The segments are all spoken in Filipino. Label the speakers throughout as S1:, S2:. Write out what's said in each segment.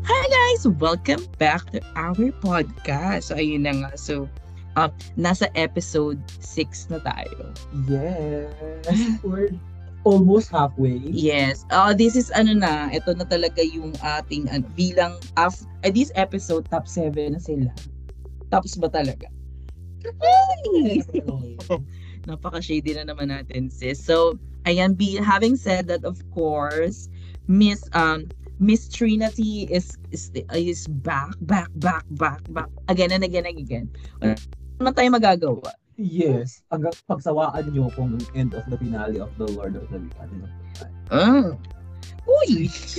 S1: guys! Welcome back to our podcast. So, ayun na nga. So, um, nasa episode 6 na tayo.
S2: Yes. We're almost halfway.
S1: Yes. Uh, this is ano na, ito na talaga yung ating ano, bilang of uh, this episode, top 7 na sila. Tapos ba talaga? Ay! Napaka-shady na naman natin, sis. So, ayan, be, having said that, of course, Miss um Miss Trinity is is, is back, back, back, back, back. Again and again and again. Wala naman tayo magagawa.
S2: yes. Hanggang pagsawaan nyo kung end of the finale of The Lord of the Rings. Ano?
S1: Mm. Uy!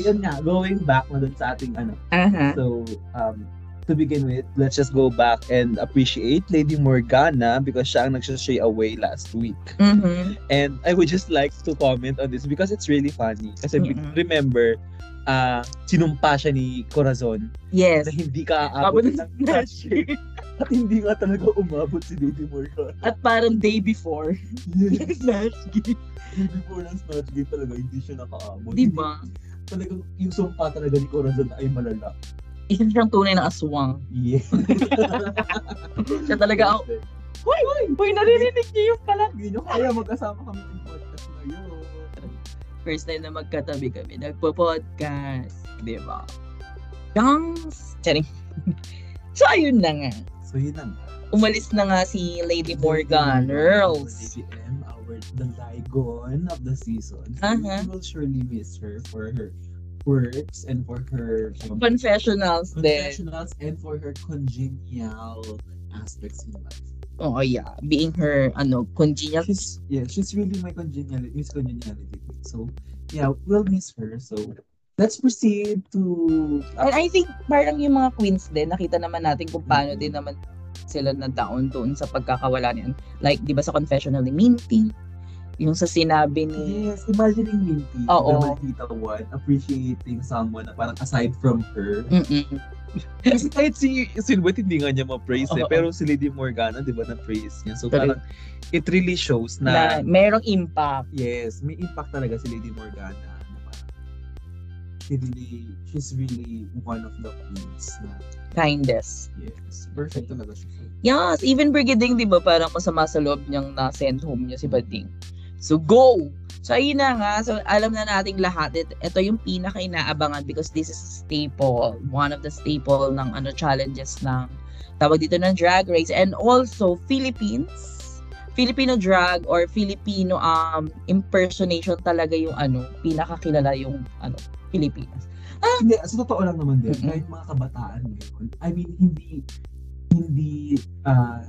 S2: Yun nga, going back na dun sa ating ano.
S1: Aha.
S2: So, um, to begin with, let's just go back and appreciate Lady Morgana because siya ang nagsashay away last week.
S1: Mhm.
S2: And I would just like to comment on this because it's really funny. Kasi be-
S1: Mm-mm.
S2: remember, ah sinumpa siya ni Corazon
S1: Yes.
S2: na hindi ka
S1: Abot
S2: aabot ng
S1: na
S2: touch. At hindi nga talaga umabot si Lady Morgan.
S1: At parang day before.
S2: Yes,
S1: Snatch game.
S2: Lady Morgan snatch game talaga, hindi siya nakaabot.
S1: Di ba?
S2: Hindi- Talagang yung sumpa talaga ni Corazon ay malala.
S1: Isa siyang tunay na aswang.
S2: Yes.
S1: Siya talaga ang, Hoy! Hoy! Naririnig niyo yung pala.
S2: Hindi nyo kaya magkasama kami ng podcast ngayon.
S1: First time na magkatabi kami. Nagpo-podcast. Di ba? Gangs! Charing. so, ayun na nga.
S2: So yun na nga.
S1: Umalis na nga si Lady Morgan. Girls.
S2: AGM, our the Ligon of the season.
S1: Uh-huh.
S2: We will surely miss her for her works and for her um,
S1: Confessionals din.
S2: confessionals and for her congenial aspects in life.
S1: Oh, yeah. Being her, ano, congenial.
S2: She's yeah, she's really my congeniality, Miss Congeniality. So yeah, we'll miss her. So let's proceed to
S1: And I think parang yung mga queens din, nakita naman natin kung paano din naman sila na down doon sa pagkakawala niyan. Like, di ba sa confessional ni Minty, yung sa sinabi ni...
S2: Yes, imagining Minty,
S1: Oo.
S2: the Maltita one, appreciating someone na parang aside from her.
S1: Mm-mm.
S2: Kasi kahit si Silwet, hindi nga niya ma-praise eh.
S1: Oo.
S2: Pero si Lady Morgana, di ba, na-praise niya. So
S1: Correct.
S2: parang, it really shows
S1: Na,
S2: na,
S1: merong impact.
S2: yes, may impact talaga si Lady Morgana. Na parang, she really, she's really one of the queens na,
S1: Kindness.
S2: yes, perfect talaga siya.
S1: Yes, even Brigading, di ba, parang masama sa loob niyang na-send home niya si Bading. So, go! So, ayun na nga. So, alam na nating lahat. It, ito yung pinaka inaabangan because this is a staple. One of the staple ng ano challenges ng tawag dito ng drag race. And also, Philippines. Filipino drag or Filipino um impersonation talaga yung ano, pinakakilala yung ano, Pilipinas.
S2: Hindi, sa totoo lang naman din,
S1: Mm-mm.
S2: kahit mga kabataan ngayon, I mean, hindi, hindi, ah,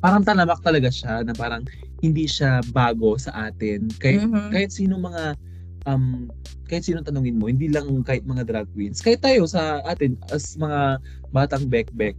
S2: parang talamak talaga siya na parang hindi siya bago sa atin. Kahit,
S1: Mhm.
S2: kahit sino mga, um, kahit sino tanungin mo, hindi lang kahit mga drag queens, kahit tayo sa atin, as mga batang backpack,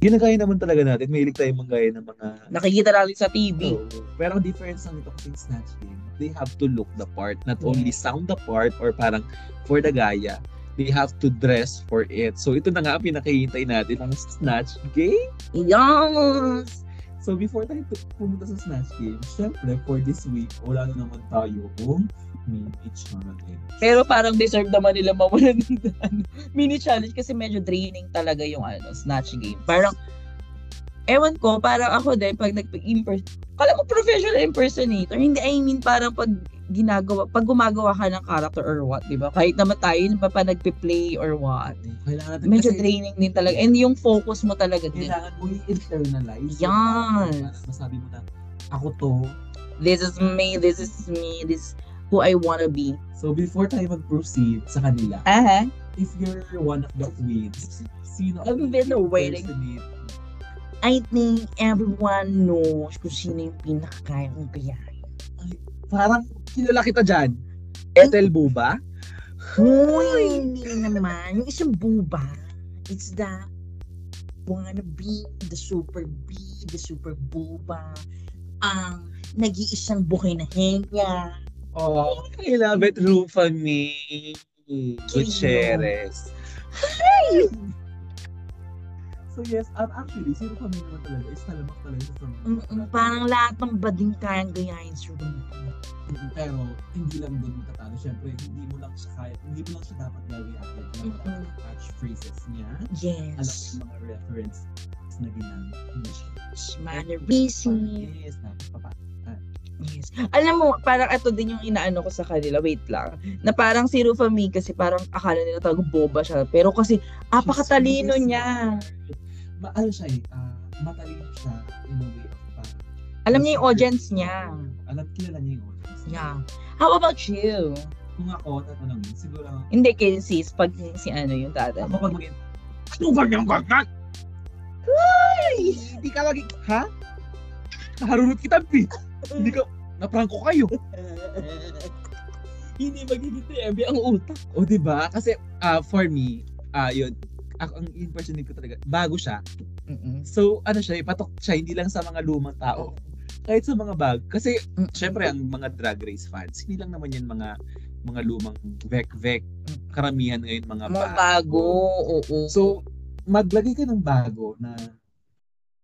S2: ginagaya naman talaga natin, mahilig tayo manggaya ng mga
S1: Nakikita natin sa TV.
S2: So, pero ang difference ng ito kasing snatch game, they have to look the part, not only sound the part or parang for the gaya, they have to dress for it. So ito na nga ang pinakahintay natin ang snatch game.
S1: Yes!
S2: So before tayo pu- pumunta sa snatch game, syempre for this week, wala na naman tayo kung mini challenge.
S1: Pero parang deserve naman nila mawalan ng ano, mini challenge kasi medyo draining talaga yung ano, snatch game. Parang, ewan ko, parang ako din, pag nag-imperson, kala mo professional impersonator, hindi, I mean, parang pag ginagawa, pag gumagawa ka ng character or what, di ba? Kahit naman tayo, yun pa pa nagpe-play or what.
S2: Kailangan natin
S1: Medyo
S2: kasi-
S1: draining din talaga. And yung focus mo talaga din.
S2: Kailangan mo i-internalize.
S1: Yes.
S2: Parang Masabi mo na, ako to.
S1: This is me, this is me, this is who I wanna be.
S2: So before tayo mag-proceed sa kanila,
S1: Aha.
S2: if you're one of the queens, sino
S1: I've
S2: ang
S1: been waiting.
S2: impersonate?
S1: I think everyone knows kung sino yung pinakakaya kong gayahin.
S2: Parang kilala kita dyan.
S1: Eh?
S2: Ethel Buba?
S1: Uy, hindi naman. Yung isang buba, it's the wanna be, the super bee, the super buba, ang nag-iisang buhay na henga.
S2: Oh, I love it, Rufa me. Gutierrez. So yes, at actually, si Ruka May naman talaga is talamak talaga sa sarili.
S1: Mm-mm, parang lahat ng bading kayang ganyahin si Ruben.
S2: Mm, Pero hindi lang doon matatalo. Siyempre, hindi mo lang siya kaya, hindi mo lang siya dapat gawin agad. Kailangan mo
S1: Mm-mm.
S2: dapat catch phrases niya.
S1: Mm-hmm.
S2: Alam mo
S1: Yes.
S2: yung mga reference na ginamit niya siya.
S1: Mannerism.
S2: Yes, napapapa.
S1: Yes. Alam mo, parang ito din yung inaano ko sa kanila. Wait lang. Na parang si Rufa May kasi parang akala nila talagang boba siya. Pero kasi apakatalino
S2: She's so
S1: niya.
S2: Ma ano siya eh, ah, matalino siya in a way of parang.
S1: Alam niya yung audience niya.
S2: Alam, kilala niya yung audience.
S1: Yeah. How about you?
S2: Kung ako, tatanungin, siguro ako,
S1: Hindi kay sis, pag si ano yung tata.
S2: Ako pag mag- Ano ba niyang bagay? Ay! Hindi ka lagi... Ha? Naharunot kita, B. Hindi ka... Naprangko kayo. Hindi magiging 3MB ang utak. O, di ba? Kasi, ah, for me, ah, yun, ako, ang impressionin ko talaga, bago siya.
S1: Mm-mm.
S2: So, ano siya, eh, patok siya, hindi lang sa mga lumang tao. Kahit sa mga bag. Kasi,
S1: Mm-mm.
S2: syempre, ang mga drag race fans, hindi lang naman yan mga mga lumang vek-vek. Karamihan ngayon mga
S1: Mga bago, oo.
S2: So, maglagay ka ng bago na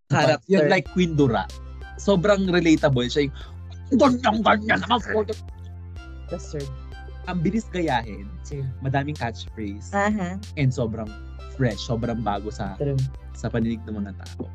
S1: Character.
S2: Yan, like Queen Dura. Sobrang relatable siya. Yung, ganyan, ganyan, naman po.
S1: That's true.
S2: Ang bilis gayahin, madaming catchphrase,
S1: Aha,
S2: and sobrang fresh, sobrang bago sa
S1: true.
S2: sa paninig ng mga tao.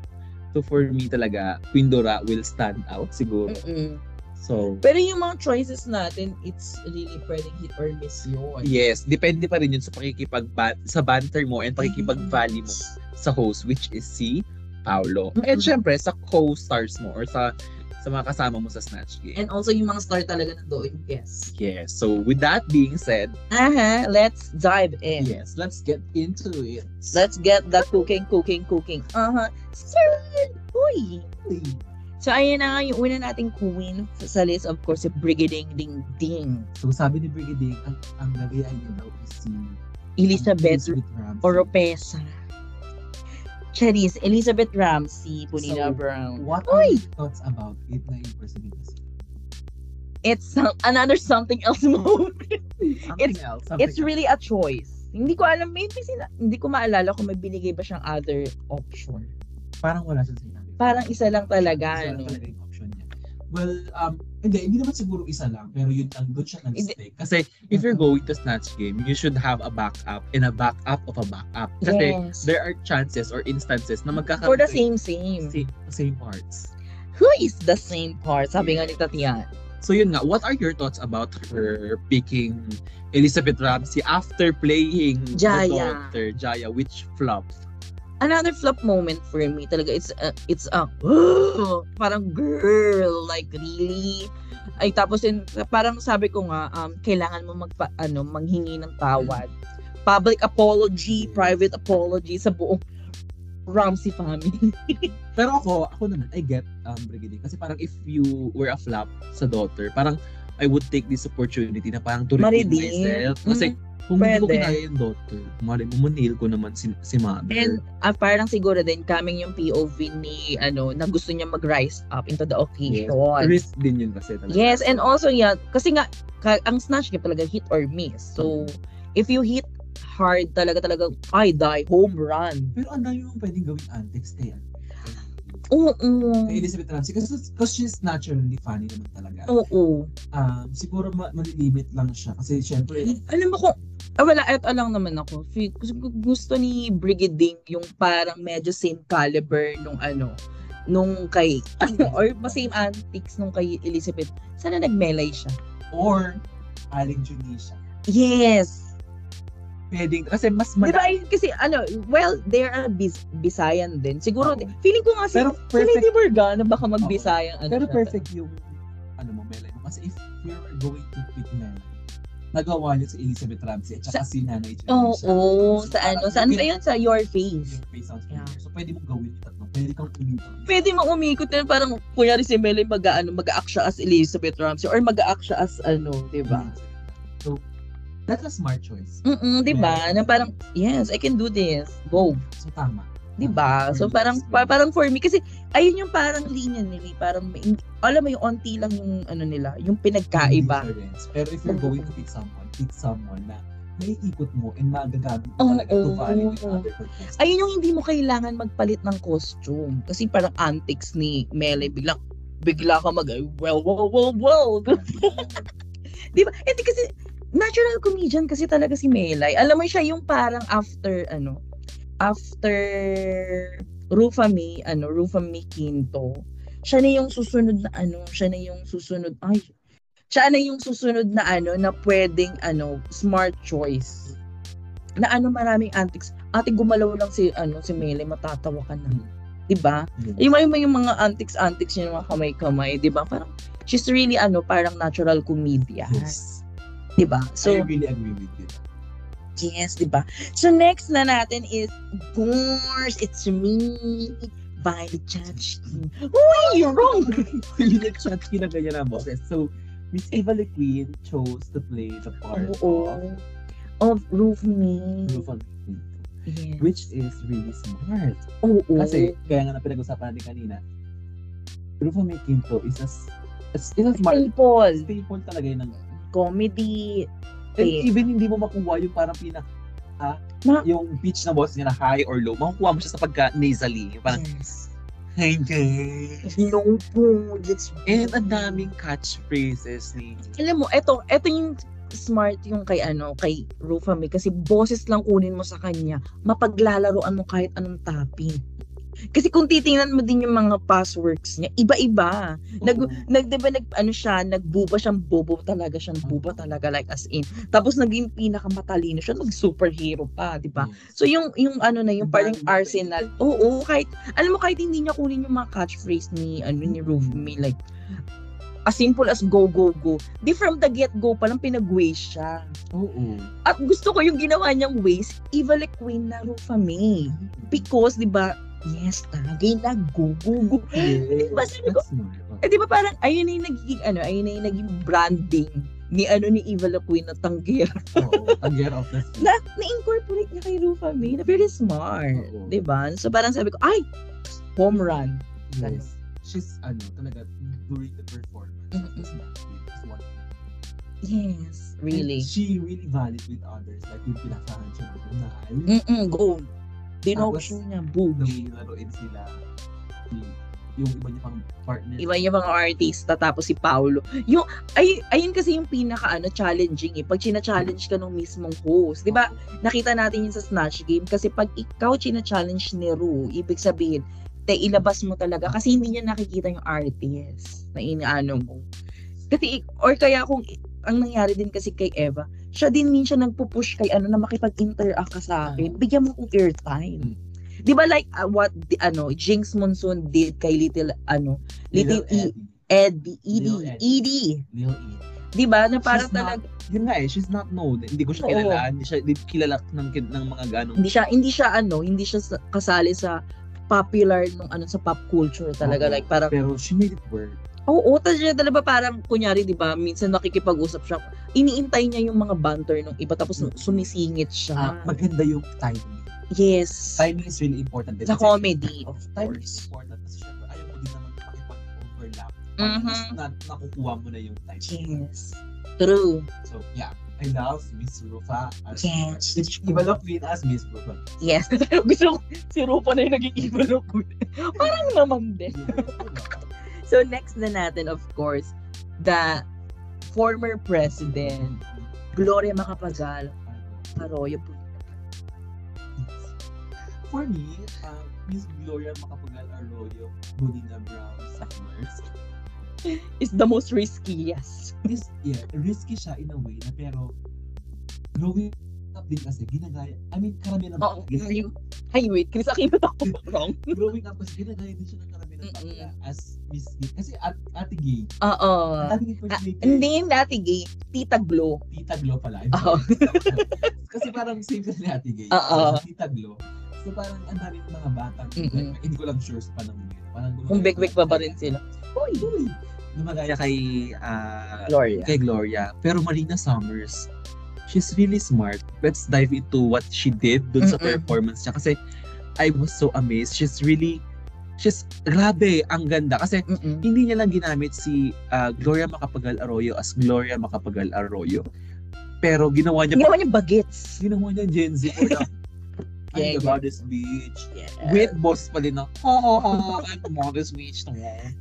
S2: So for me talaga, Queen Dura will stand out siguro.
S1: Mm-mm.
S2: So,
S1: Pero yung mga choices natin, it's really pwedeng hit or miss yun.
S2: yes, depende pa rin yun sa pakikipag sa banter mo and pakikipag-valley mo sa host which is si Paolo. And
S1: Mhm.
S2: syempre sa co-stars mo or sa sa mga kasama mo sa Snatch Game.
S1: And also yung mga star talaga nandoon, yes.
S2: yes. So with that being said,
S1: Aha, let's dive in.
S2: yes, let's get into it.
S1: Let's get the cooking, cooking, cooking. Aha, sir! Uy! So, ayan na nga yung una nating queen sa list, of course, si Brigading Ding Ding.
S2: So sabi ni Brigadier, ang, ang nagayahin niya daw is si
S1: Elizabeth
S2: Elizabeth Ramsey.
S1: Oropesa. Charis, Elizabeth Ramsey, Bonina
S2: So,
S1: Brown.
S2: What are
S1: Uy!
S2: your thoughts about it na impersonate niya? si-
S1: It's some, another something else moment.
S2: Something else. Something
S1: It's really a choice. Hindi ko alam, maybe sina, hindi ko maalala kung may binigay ba siyang other option.
S2: else. Parang wala siya sinabi.
S1: Parang isa lang talaga.
S2: Isa lang
S1: ano.
S2: talaga yung option niya. Well, um, hindi, hindi naman siguro isa lang, pero yun ang doon siya nag-stay. Kasi if you're
S1: Mhm.
S2: going to snatch game, you should have a backup and a backup of a backup. Kasi
S1: Yes.
S2: there are chances or instances na magkakaroon
S1: For the
S2: kayo
S1: same
S2: ng
S1: same.
S2: same, same parts.
S1: Who is the same part? Sabi nga ni Tatian.
S2: So yun nga, what are your thoughts about her picking Elizabeth Ramsey after playing
S1: Jaya.
S2: the daughter, Jaya, which flopped?
S1: Another flop moment for me talaga. It's a, it's a, parang girl, like really. Ay tapos yun, parang sabi ko nga, um, kailangan mo magpa, ano, manghingi ng tawad. Public apology, private apology sa buong Ramsey family.
S2: Pero ako, ako naman, I get um, Brigadier. Kasi parang if you were a flop sa daughter, parang I would take this opportunity na parang to redeem
S1: Maridin.
S2: myself. Kasi kung hindi ko
S1: Mm, pwede.
S2: kinaya yung daughter, mali mo, manil ko naman si, si mother.
S1: And ah, parang siguro din coming yung POV ni ano na gusto niya mag-rise up into the occasion.
S2: risk din yun kasi talaga.
S1: Yes, and also yeah, kasi nga ka- ang snatch game talaga hit or miss. So if you hit hard talaga talaga ay die home run.
S2: Pero ang dami mong pwedeng gawing antics kay ano,
S1: Oo.
S2: kay Elizabeth Ramsey. Kasi because she's naturally funny naman talaga.
S1: Oo.
S2: Um, siguro ma- malilimit lang siya. Kasi syempre,
S1: Alam mo kung ah, wala eto lang naman ako. Fe- gu- Gusto ni Brigading yung parang medyo same caliber nung ano nung kay or same antics nung kay Elizabeth. Sana nagmelay siya.
S2: or Aling Junisha.
S1: Yes.
S2: Pwedeng, kasi mas
S1: Di
S2: mali.
S1: ba, ayun kasi ano, well, there are bis- Bisayan din. Siguro,
S2: Oo.
S1: feeling ko nga si,
S2: Pero
S1: si
S2: perfect
S1: Lady Morgana baka
S2: Oo.
S1: mag-Bisayan. ano
S2: Pero
S1: siya.
S2: perfect yung ano mo, Melay mo. Kasi if we were going to pick Melay, nagawa niya si Elizabeth Ramsey at saka si Nanay Junisha.
S1: Oo,
S2: So,
S1: sa ano,
S2: parang
S1: saan
S2: you
S1: ba
S2: can-
S1: yun? Sa Your Face.
S2: Yung face sounds
S1: Yeah.
S2: familiar. So pwede mong gawin yung tatlo. Pwede kang umiinom.
S1: Pwede mong umikot na parang, kunyari si Melay mag ano, mag-act siya as Elizabeth Ramsey or mag-act siya as ano, di ba?
S2: So, that's a smart choice.
S1: Mm-mm, di ba? Diba?
S2: Melay.
S1: Na parang, yes, I can do this. Go.
S2: So tama.
S1: Di ba? Diba? So parang pa- parang for me kasi ayun yung parang linya nila, eh. parang may, alam mo yung onti lang yung ano nila, yung pinagkaiba.
S2: Difference. Pero if you're
S1: Oo.
S2: going to pick someone, pick someone na naiikot mo and magagamit mo
S1: Oo,
S2: talaga to validate
S1: oo.
S2: other contestants.
S1: Ayun yung hindi mo kailangan magpalit ng costume. Kasi parang antics ni Mele, biglang, bigla ka mag, well, well, well, well. Diba? Eh, Di ba? Hindi kasi, natural comedian kasi talaga si Melay. Alam mo siya yung parang after, ano, after Rufa Mi, ano, Rufa Mi Quinto, siya na yung susunod na ano, siya na yung susunod, ay, siya na yung susunod na ano, na pwedeng, ano, smart choice. Na ano, maraming antics. Ate, gumalaw lang si, ano, si Mele, matatawa ka na. Diba?
S2: Yun.
S1: Yung, yung, yung mga antics-antics niya, yung mga kamay-kamay, diba? Parang, she's really, ano, parang natural comedian.
S2: Yes.
S1: Diba? So,
S2: I really agree with you.
S1: Yes, di ba? So next na natin is, of course, it's me, Violet Chachki. Uy,
S2: Oh,
S1: you're wrong!
S2: Hindi nag-chat na ganyan ang boses. So, Miss Eva LeQueen chose to play the part
S1: Oo.
S2: of
S1: Of Roof Me.
S2: Rufa Queen,
S1: Yes.
S2: which is really smart.
S1: Oo.
S2: Kasi, kaya nga na pinag-usapan natin kanina, Rufa May Quinto is a, s- is is a smart
S1: Staple.
S2: staple talaga yun ng
S1: Comedy.
S2: And
S1: Yeah.
S2: even hindi mo makuha yung parang pinaka ah,
S1: Ma-
S2: yung pitch na boss niya na high or low, makukuha mo siya sa pagka nasally. Yung Parang,
S1: yes.
S2: hey guys.
S1: No po. Let's
S2: And ang daming catchphrases ni
S1: Alam mo, eto, eto yung smart yung kay ano, kay Rufa May kasi boses lang kunin mo sa kanya, mapaglalaroan mo kahit anong topic. Kasi kung titingnan mo din yung mga passwords niya, iba-iba. Nag, nag, diba, nag, ano siya, nagbuba siyang bobo talaga siyang buba talaga, like as in. Tapos naging pinakamatalino siya, nag-superhero pa, di ba? So yung, yung ano na, yung parang
S2: Ang dami niya
S1: arsenal. Oo, kahit, alam mo, kahit hindi niya kunin yung mga catchphrase ni, ano, ni Rumi, like, as simple as go, go, go. Di from the get-go palang pinag-way siya.
S2: Oo.
S1: At gusto ko yung ginawa niyang ways, Ivale Queen na Rufa May. Because, di ba, yes, tagay na, go, go, go.
S2: Yes,
S1: ba sabi ko-
S2: that's smart.
S1: Eh, di ba parang, ayun na yung nagiging, ano, ayun na yung naging branding ni ano ni Eva La Queen na tanggir.
S2: Oo, ang get off the street.
S1: Na, na-incorporate niya kay Rufa May na very smart.
S2: Oo.
S1: Di ba? So parang sabi ko, ay, home run.
S2: Yes. She's ano, talaga, during the performance,
S1: Mm-mm.
S2: was smart. She was one.
S1: Yes,
S2: And
S1: really.
S2: She really valid with others. Like, yung pinakahan siya ng unal.
S1: Mm-mm, go.
S2: Tapos,
S1: Dinoksyo niya, boom.
S2: nung nilaroin sila y- yung iba niya pang partner.
S1: Iba yung mga artista, tapos si Paolo. Yung, ay, ayun kasi yung pinaka, ano, challenging eh. Pag china-challenge ka ng mismong host. Di ba, nakita natin yun sa Snatch Game kasi pag ikaw china-challenge ni Ru, ibig sabihin, te, ilabas mo talaga kasi hindi niya nakikita yung artist na inaano mo. Kasi, i- or kaya kung i- ang nangyari din kasi kay Eva, siya din minsan nagpo-push kay ano na makipag-interact ka sa akin, bigyan mo kong airtime.
S2: Mm.
S1: Di ba like uh, what the, ano Jinx Monsoon did kay Little ano Little, E- Eddie
S2: Little
S1: Edie
S2: Eddie.
S1: Edie,
S2: Lil E.
S1: di ba Diba? na para
S2: She's not-
S1: talaga
S2: Yun nga eh, she's not known. Hindi ko siya
S1: Oo.
S2: kilala. Hindi siya hindi kilala ng, kin- ng mga ganong.
S1: hindi siya hindi siya ano, hindi siya sa- kasali sa popular nung ano sa pop culture talaga
S2: Oo.
S1: like parang
S2: Pero she made it work.
S1: oo talaga talaga parang kunyari 'di ba minsan nakikipag-usap siya iniintay niya yung mga banter nung iba tapos sumisingit siya
S2: Mm-hmm. Ah, maganda yung timing.
S1: yes
S2: Timing is really important. din
S1: sa
S2: kasi-
S1: comedy of
S2: Of timing is
S1: course
S2: important. Kasi syempre, ayaw ko din naman makipag-overlap.
S1: Mhm.
S2: Mas na- nakukuha mo na yung timing.
S1: yes true
S2: So, yeah. I love Miss Rufa. As
S1: Yes.
S2: Iba love Queen as Miss Rufa.
S1: yes gusto ko si Rupa na yung naging evil of good parang naman din so next na natin of course the former president Gloria Macapagal Arroyo po.
S2: For me, um, Miss Gloria Macapagal Arroyo, Bonina Brown Summers.
S1: is the most risky, yes.
S2: This, yeah, risky siya in a way na pero growing up din kasi ginagaya, I mean, karamihan ng
S1: Oh,
S2: gina-
S1: you, ay, wait, Chris Aquino ako wrong.
S2: growing up kasi ginagaya din siya ng karamihan ng
S1: Mm-mm.
S2: bakla as Miss Gay. Kasi at, ate Gay,
S1: Oo.
S2: ate Gay first lady,
S1: Ah. Hindi yung dati gay, Tita Glo.
S2: Tita Glo pala. I'm
S1: Oo.
S2: sorry. kasi parang same kasi ni ate Gay.
S1: Oo.
S2: Tita Glo. So parang ang daming mga batang,
S1: Mm-mm.
S2: hindi ko lang sure sa panang Parang
S1: Kung
S2: gumagaya-
S1: bekwek pa ba rin sila. Uy,
S2: Uy! Lumagaya kay, ah,
S1: Gloria.
S2: kay Gloria. Pero Marina Summers, she's really smart. Let's dive into what she did dun sa
S1: Mm-mm.
S2: performance niya. Kasi I was so amazed. She's really, she's, grabe, ang ganda. Kasi
S1: Mm-mm.
S2: hindi niya lang ginamit si ah, Gloria Macapagal Arroyo as Gloria Macapagal Arroyo. Pero ginawa niya,
S1: Ginawa niya bagets.
S2: ginawa niya Gen Z for the,
S1: Yeah,
S2: I'm the
S1: yeah.
S2: baddest bitch. With boss pa din na, oh, I'm the baddest bitch.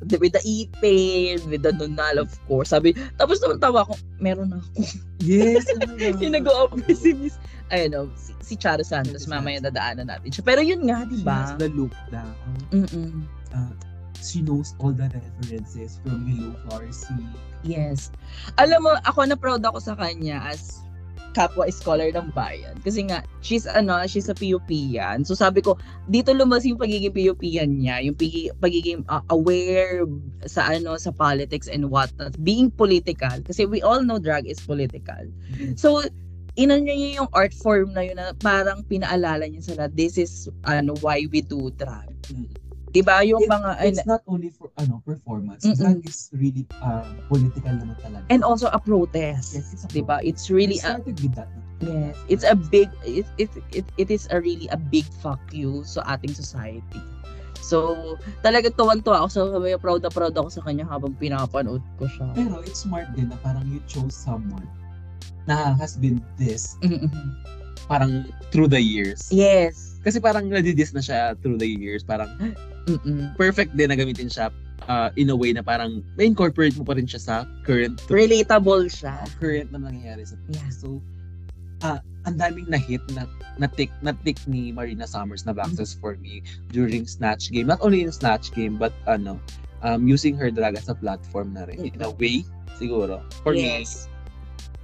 S1: With the ipin, with the nonal, of course. Sabi, tapos naman tawa ko, meron na ako.
S2: Yes. ano
S1: Yung nag-o-offer si Miss, ayun o, si, si Charo Santos, mamaya dadaanan natin siya. Pero yun nga, di
S2: She
S1: ba?
S2: has the look down.
S1: Mm-mm.
S2: She knows all the references from Milo Farsi.
S1: Yes. Alam mo, ako na proud ako sa kanya as kapwa scholar ng bayan. Kasi nga, she's ano, she's a PUPian. So sabi ko, dito lumas yung pagiging PUPian niya, yung pigi- pagiging uh, aware sa ano, sa politics and whatnot. Being political. Kasi we all know drag is political. So, inan niya yung art form na yun na parang pinaalala niya sila, this is ano, why we do drag.
S2: Mm.
S1: Diba? Yung mga,
S2: It's not only for ano performance.
S1: Mm-mm.
S2: Drag is really um, political naman talaga.
S1: and also a protest.
S2: Yes, it's a
S1: diba?
S2: protest.
S1: It's really
S2: It
S1: a,
S2: started with that.
S1: Yes, it's a big it it it, it is a really a big fuck you sa ating society. So, talaga tuwan-tuwa ako. So, sabi ko, proud na proud ako sa kanya habang pinapanood ko siya.
S2: Pero it's smart din na parang you chose someone na has been this
S1: Mm-mm.
S2: parang through the years.
S1: Yes.
S2: Kasi parang nadidis na siya through the years. Parang
S1: Mm-mm.
S2: perfect din na gamitin siya uh, in a way na parang may incorporate mo pa rin siya sa current
S1: Relatable siya.
S2: current na nangyayari sa
S1: Yeah.
S2: So, ah ang daming na-hit na na-tick, na-tick ni Marina Summers
S1: Mm-hmm.
S2: na boxes for me during Snatch Game. Not only in Snatch Game, but ano, um, using her drag as a platform na rin. In a way, siguro. For
S1: Mm-hmm. yes.
S2: me,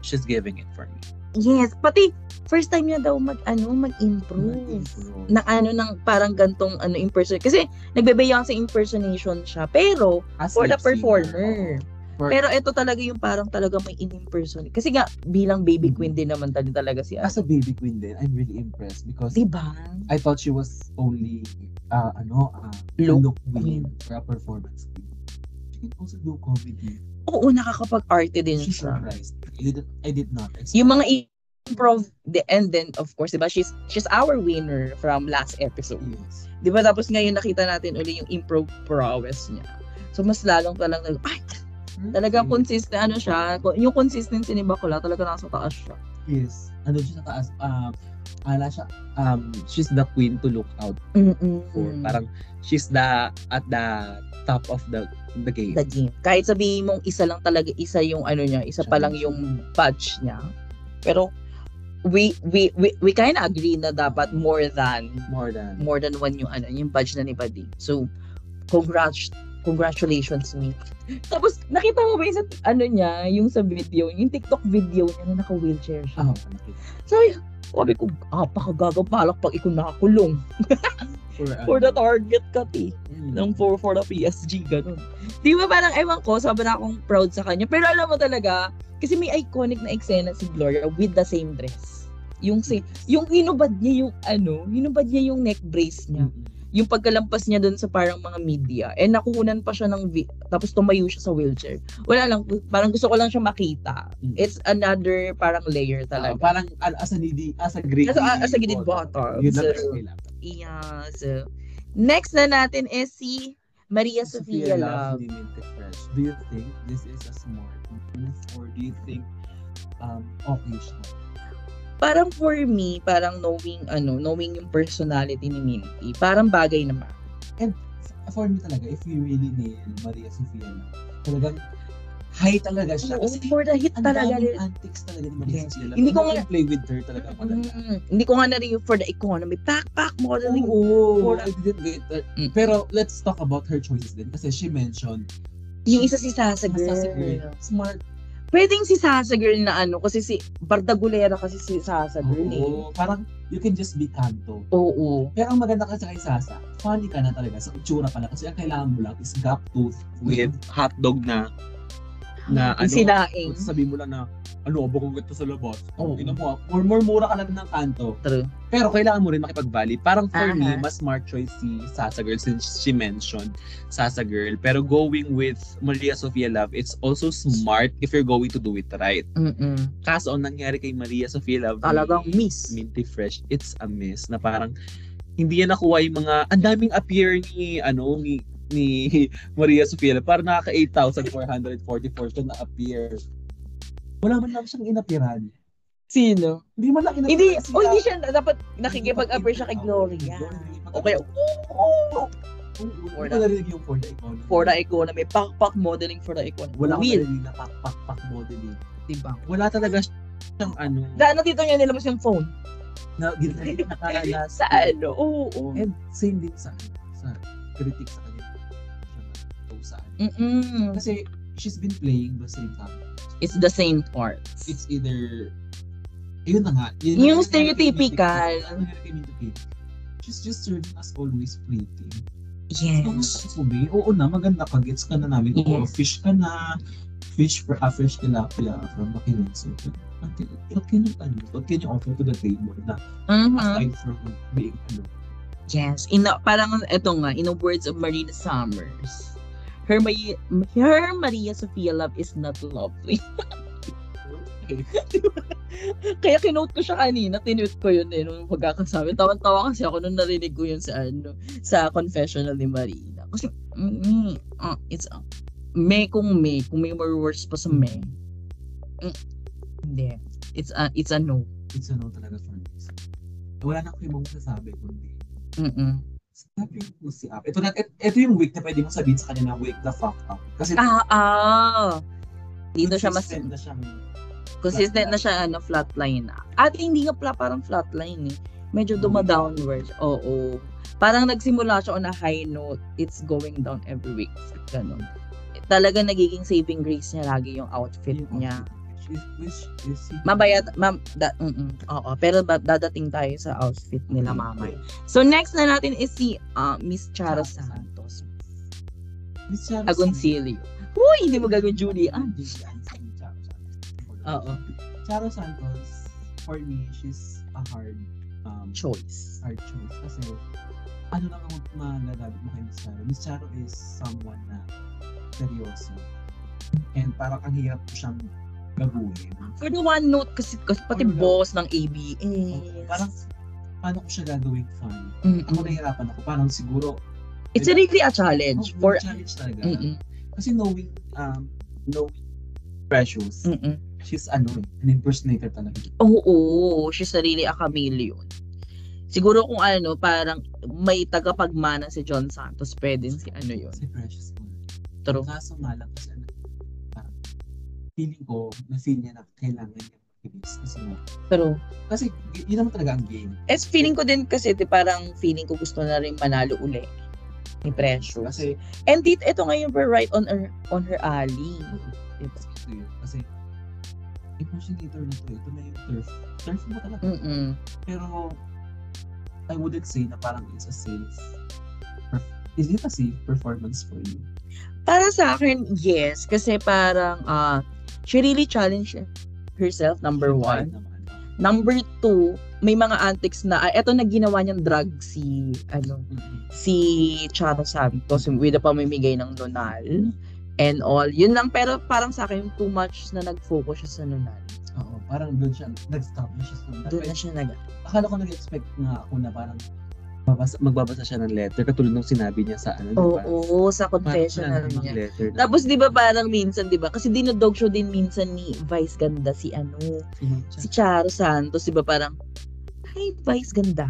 S2: she's giving it for me.
S1: Yes, pati first time niya daw mag ano, mag-improve.
S2: Mag-improve.
S1: Na ano ng parang gantong ano impersonation. Kasi nagbe-Beyonce impersonation siya. Pero
S2: As
S1: for the
S2: lip singer,
S1: performer.
S2: oo. For-
S1: Pero ito talaga yung parang talaga may in-person. Kasi nga, bilang baby queen din naman tali talaga si
S2: as a baby queen din, I'm really impressed because
S1: Diba?
S2: I thought she was only ah ano, ah
S1: Look
S2: look queen or a performance queen. She can also do comedy.
S1: Oo, nakakapag-arte din
S2: She
S1: siya.
S2: surprised. me. I didn't, I did not expect.
S1: Yung mga improv, the, and then of course, diba, she's, she's our winner from last episode.
S2: Yes.
S1: Diba, tapos ngayon nakita natin uli yung improv prowess niya. So, mas lalong talagang, ay,
S2: Mm.
S1: talagang consistent, ano siya, ko- yung consistency ni Bakula, talaga nasa taas siya.
S2: Yes. Ano siya sa taas? Um, ala siya, um, she's the queen to look out
S1: Mm-mm.
S2: for. Parang, she's the, at the top of the, the game.
S1: the game. Kahit sabihin mong isa lang talaga, isa yung ano niya, isa pa lang yung badge niya. Pero we we we, we kind of agree na dapat more than
S2: More than.
S1: more than one yung ano, yung badge na ni Buddy. So congrats congratulations me. Tapos nakita mo ba yung sa ano niya, yung sa video, yung TikTok video niya na naka-wheelchair siya.
S2: Ah, wala kita.
S1: Sabi, sabi ko, ah, pakagagaw palak pag ikaw nakakulong.
S2: For, ano,
S1: For uh, the target ka, ti
S2: mm,
S1: ng for for the PSG, ganun. Di ba parang, ewan ko, sobra akong proud sa kanya. Pero alam mo talaga, kasi may iconic na eksena si Gloria with the same dress. Yung si, yung hinubad niya yung ano, hinubad niya yung neck brace niya.
S2: Mm-mm.
S1: Yung pagkalampas niya dun sa parang mga media. Eh, nakunan pa siya ng, vi- tapos tumayo siya sa wheelchair. Wala lang, parang gusto ko lang siya makita.
S2: Mm.
S1: It's another parang layer
S2: Ah,
S1: talaga.
S2: parang, an, as a needy, as a greedy.
S1: As a- oh, as a gidid bottom.
S2: Yun lang
S1: So,
S2: yung kailangan.
S1: Yeah, so, next na natin is si Maria Sofia Love.
S2: Love. Dimente Fresh. Do you think this is a smart move or do you think um, okay siya?
S1: parang for me, parang knowing ano, knowing yung personality ni Minty, parang bagay naman.
S2: for me talaga, if you really nail Maria Sofia na, talagang high talaga siya.
S1: Oo,
S2: Kasi
S1: for the hit
S2: ang
S1: talaga.
S2: daming antics talaga ni Maria
S1: Yes.
S2: Sofia na.
S1: Hindi ko
S2: Kung play with her talaga ako lang.
S1: Mm, hindi ko nga narinig for the ano, economy. Pak, pak, mo na rin.
S2: Oo,
S1: For-
S2: I didn't get that.
S1: Mm.
S2: Pero let's talk about her choices din. Kasi she mentioned,
S1: Yung isa si Sasa Girl.
S2: Masasa girl. Smart.
S1: Pwedeng si Sasa Girl na ano, kasi si Bardagulera kasi si Sasa Girl eh.
S2: Oo, parang you can just be kanto.
S1: Oo.
S2: Pero ang maganda kasi kay Sasa, funny ka na talaga sa itsura pa lang. Kasi ang kailangan mo lang is gap tooth with hotdog na na ano,
S1: Yung sinaing.
S2: Kung sabi mo lang na, ano, abang ko sa labas.
S1: Mm-hmm. Oo.
S2: Ina mo, ah, more, more mura ka lang ng kanto.
S1: True.
S2: Pero kailangan mo rin makipag-volley. Parang for
S1: Aha.
S2: me, mas smart choice si Sasa Girl since she mentioned Sasa Girl. Pero going with Maria Sofia Love, it's also smart if you're going to do it right.
S1: Mm-mm.
S2: Kaso ang nangyari kay Maria Sofia Love, eh,
S1: Talagang
S2: ni
S1: miss.
S2: Minty Fresh, it's a miss na parang hindi niya nakuha yung mga, ang daming appear ni, ano, ni, ni Maria Sofia Love. Parang nakaka 8,444 siya na appear. Wala man lang siyang inapiran.
S1: Sino?
S2: Hindi man lang
S3: Hindi,
S1: oh,
S3: o hindi siya, dapat nakikipag-upper siya kay Gloria. O kaya, oo,
S2: Hindi ko narinig yung for the economy.
S3: for the Icona, may pakpak modeling for the Icona. Wala
S2: Wala akong
S3: Will,
S2: narinig na pak-pak-pak modeling.
S1: Diba?
S2: Wala talaga siyang ano.
S3: daan na dito niya nilabas yung phone.
S2: na ginagawa na karanas.
S3: Sa ano, oo, oo.
S2: And same din sa akin, sa critic sa kanya. Siya na sa akin.
S1: Mm-mm.
S2: Kasi she's been playing the same topic.
S1: It's the same parts.
S2: It's either yun na nga. Yun
S1: Yung
S2: na nga
S1: stereotypical.
S2: Ano nga kay Nito Kid? She's just serving us always plating. Yes. Ang
S1: Yes.
S2: gusto mo, oo na, maganda ka, gets ka na namin. Oo,
S1: Yes.
S2: fish ka na. Fish for a fresh tilapia from Makinig. So, what can, what can you, ano, what can you offer to the table na
S1: Mm-hmm.
S2: aside from being, ano,
S1: Yes. In a, parang ito nga, in the words of Marina Summers, her, Maria, her Maria Sophia love is not lovely.
S2: okay.
S1: Kaya kinote ko siya kanina, tinute ko yun eh, nung pagkakasabi. Tawan-tawa kasi ako nung narinig ko yun sa, ano, sa confessional ni Marina. Kasi, mm, mm, ah, it's, ah, may kung may, kung may more words pa sa may. Mm, hindi. It's a, it's a no.
S2: It's ano talaga for me. Wala na akong ibang masasabi kundi
S1: Mm-mm.
S2: sabi ko si Up. Ito, na, et- ito yung week na pwede mong sabihin sa kanya na wake the fuck up. Kasi
S1: Ah, ah. Dito siya mas
S2: consistent na siyang
S1: Consistent na siya, ano, flatline na. At hindi nga pala parang flatline eh.
S2: Mm.
S1: Medyo duma-downward. Oo. Parang nagsimula siya on a high note. It's going down every week. Ganun. Talaga nagiging saving grace niya lagi yung outfit
S2: yung
S1: niya.
S2: outfit, Which is, which is he-
S1: Mabaya, ma, da, mm-mm, oo. Pero ba, dadating tayo sa outfit nila mamaya. So next na natin is si ah, Miss Charo Santos.
S2: Miss Charo
S1: Agoncillo. Uy, hindi mo gagawin Ah, Julian.
S2: Santos. Julian Santos, Charo Santos.
S1: Oo.
S2: Charo Santos, for me, she's a hard um,
S1: Choice.
S2: hard choice. Kasi, ano lang ang magagabi mo kay Miss Charo? Miss Charo is someone na seryoso. And parang ang hirap ko siyang gaguhin.
S1: For the one note kasi, kasi pati
S2: Ano daw?
S1: boss ng ABS.
S2: Parang, paano ko siya gagawin fun? Ako
S1: Mm-mm.
S2: nahihirapan ako. Parang siguro,
S1: It's really a challenge
S2: oh,
S1: for
S2: challenge talaga.
S1: Mm-mm.
S2: Kasi knowing, um, knowing Precious,
S1: Mm-mm.
S2: she's ano eh, an impersonator talaga.
S1: Oo, she's a really a chameleon. Siguro kung ano, parang may tagapagmana si John Santos, pwede si ano yun.
S2: Si Precious mo.
S1: True.
S2: Kaso nga lang kasi ano, parang feeling ko, na-feel niya na kailangan niya mag-release. Kasi nga,
S1: Pero,
S2: kasi yun naman talaga ang game.
S1: as feeling ko din kasi, di, parang feeling ko gusto na rin manalo uli ni Precious.
S2: Kasi,
S1: And dito, ito ngayon, we're right on her, on her alley. Diba?
S2: kasi ito yun. Kasi, impersonator na to. eh. Ito na yung turf. Turf mo talaga.
S1: Mm-mm.
S2: Pero, I wouldn't say na parang it's a safe perf- is it a safe performance for you?
S1: Para sa akin, yes. Kasi parang, ah, she really challenged herself, number one.
S2: Kahit naman.
S1: Number two, may mga antics na, ah, eto na ginawa niyang drug si, ano,
S2: Mhm.
S1: si Charo Santos with the pamimigay ng Nonal and all. Yun lang, pero parang sa akin, too much na nag-focus siya sa Nonal.
S2: Oo, parang doon siya, nag-stop na siya. sa-
S1: Doon na siya nag
S2: Akala ko nag-expect nga ako na parang babasa, magbabasa siya ng letter katulad nung sinabi niya sa ano, di
S1: Oo,
S2: ba?
S1: sa
S2: Parang wala
S1: confessional
S2: namang
S1: niya.
S2: letter. na-
S1: Tapos di ba parang minsan, di ba? Kasi dinodog show din minsan ni Vice Ganda si ano,
S2: Mhm.
S1: si Charo Santos, di ba parang, ay, Vice Ganda.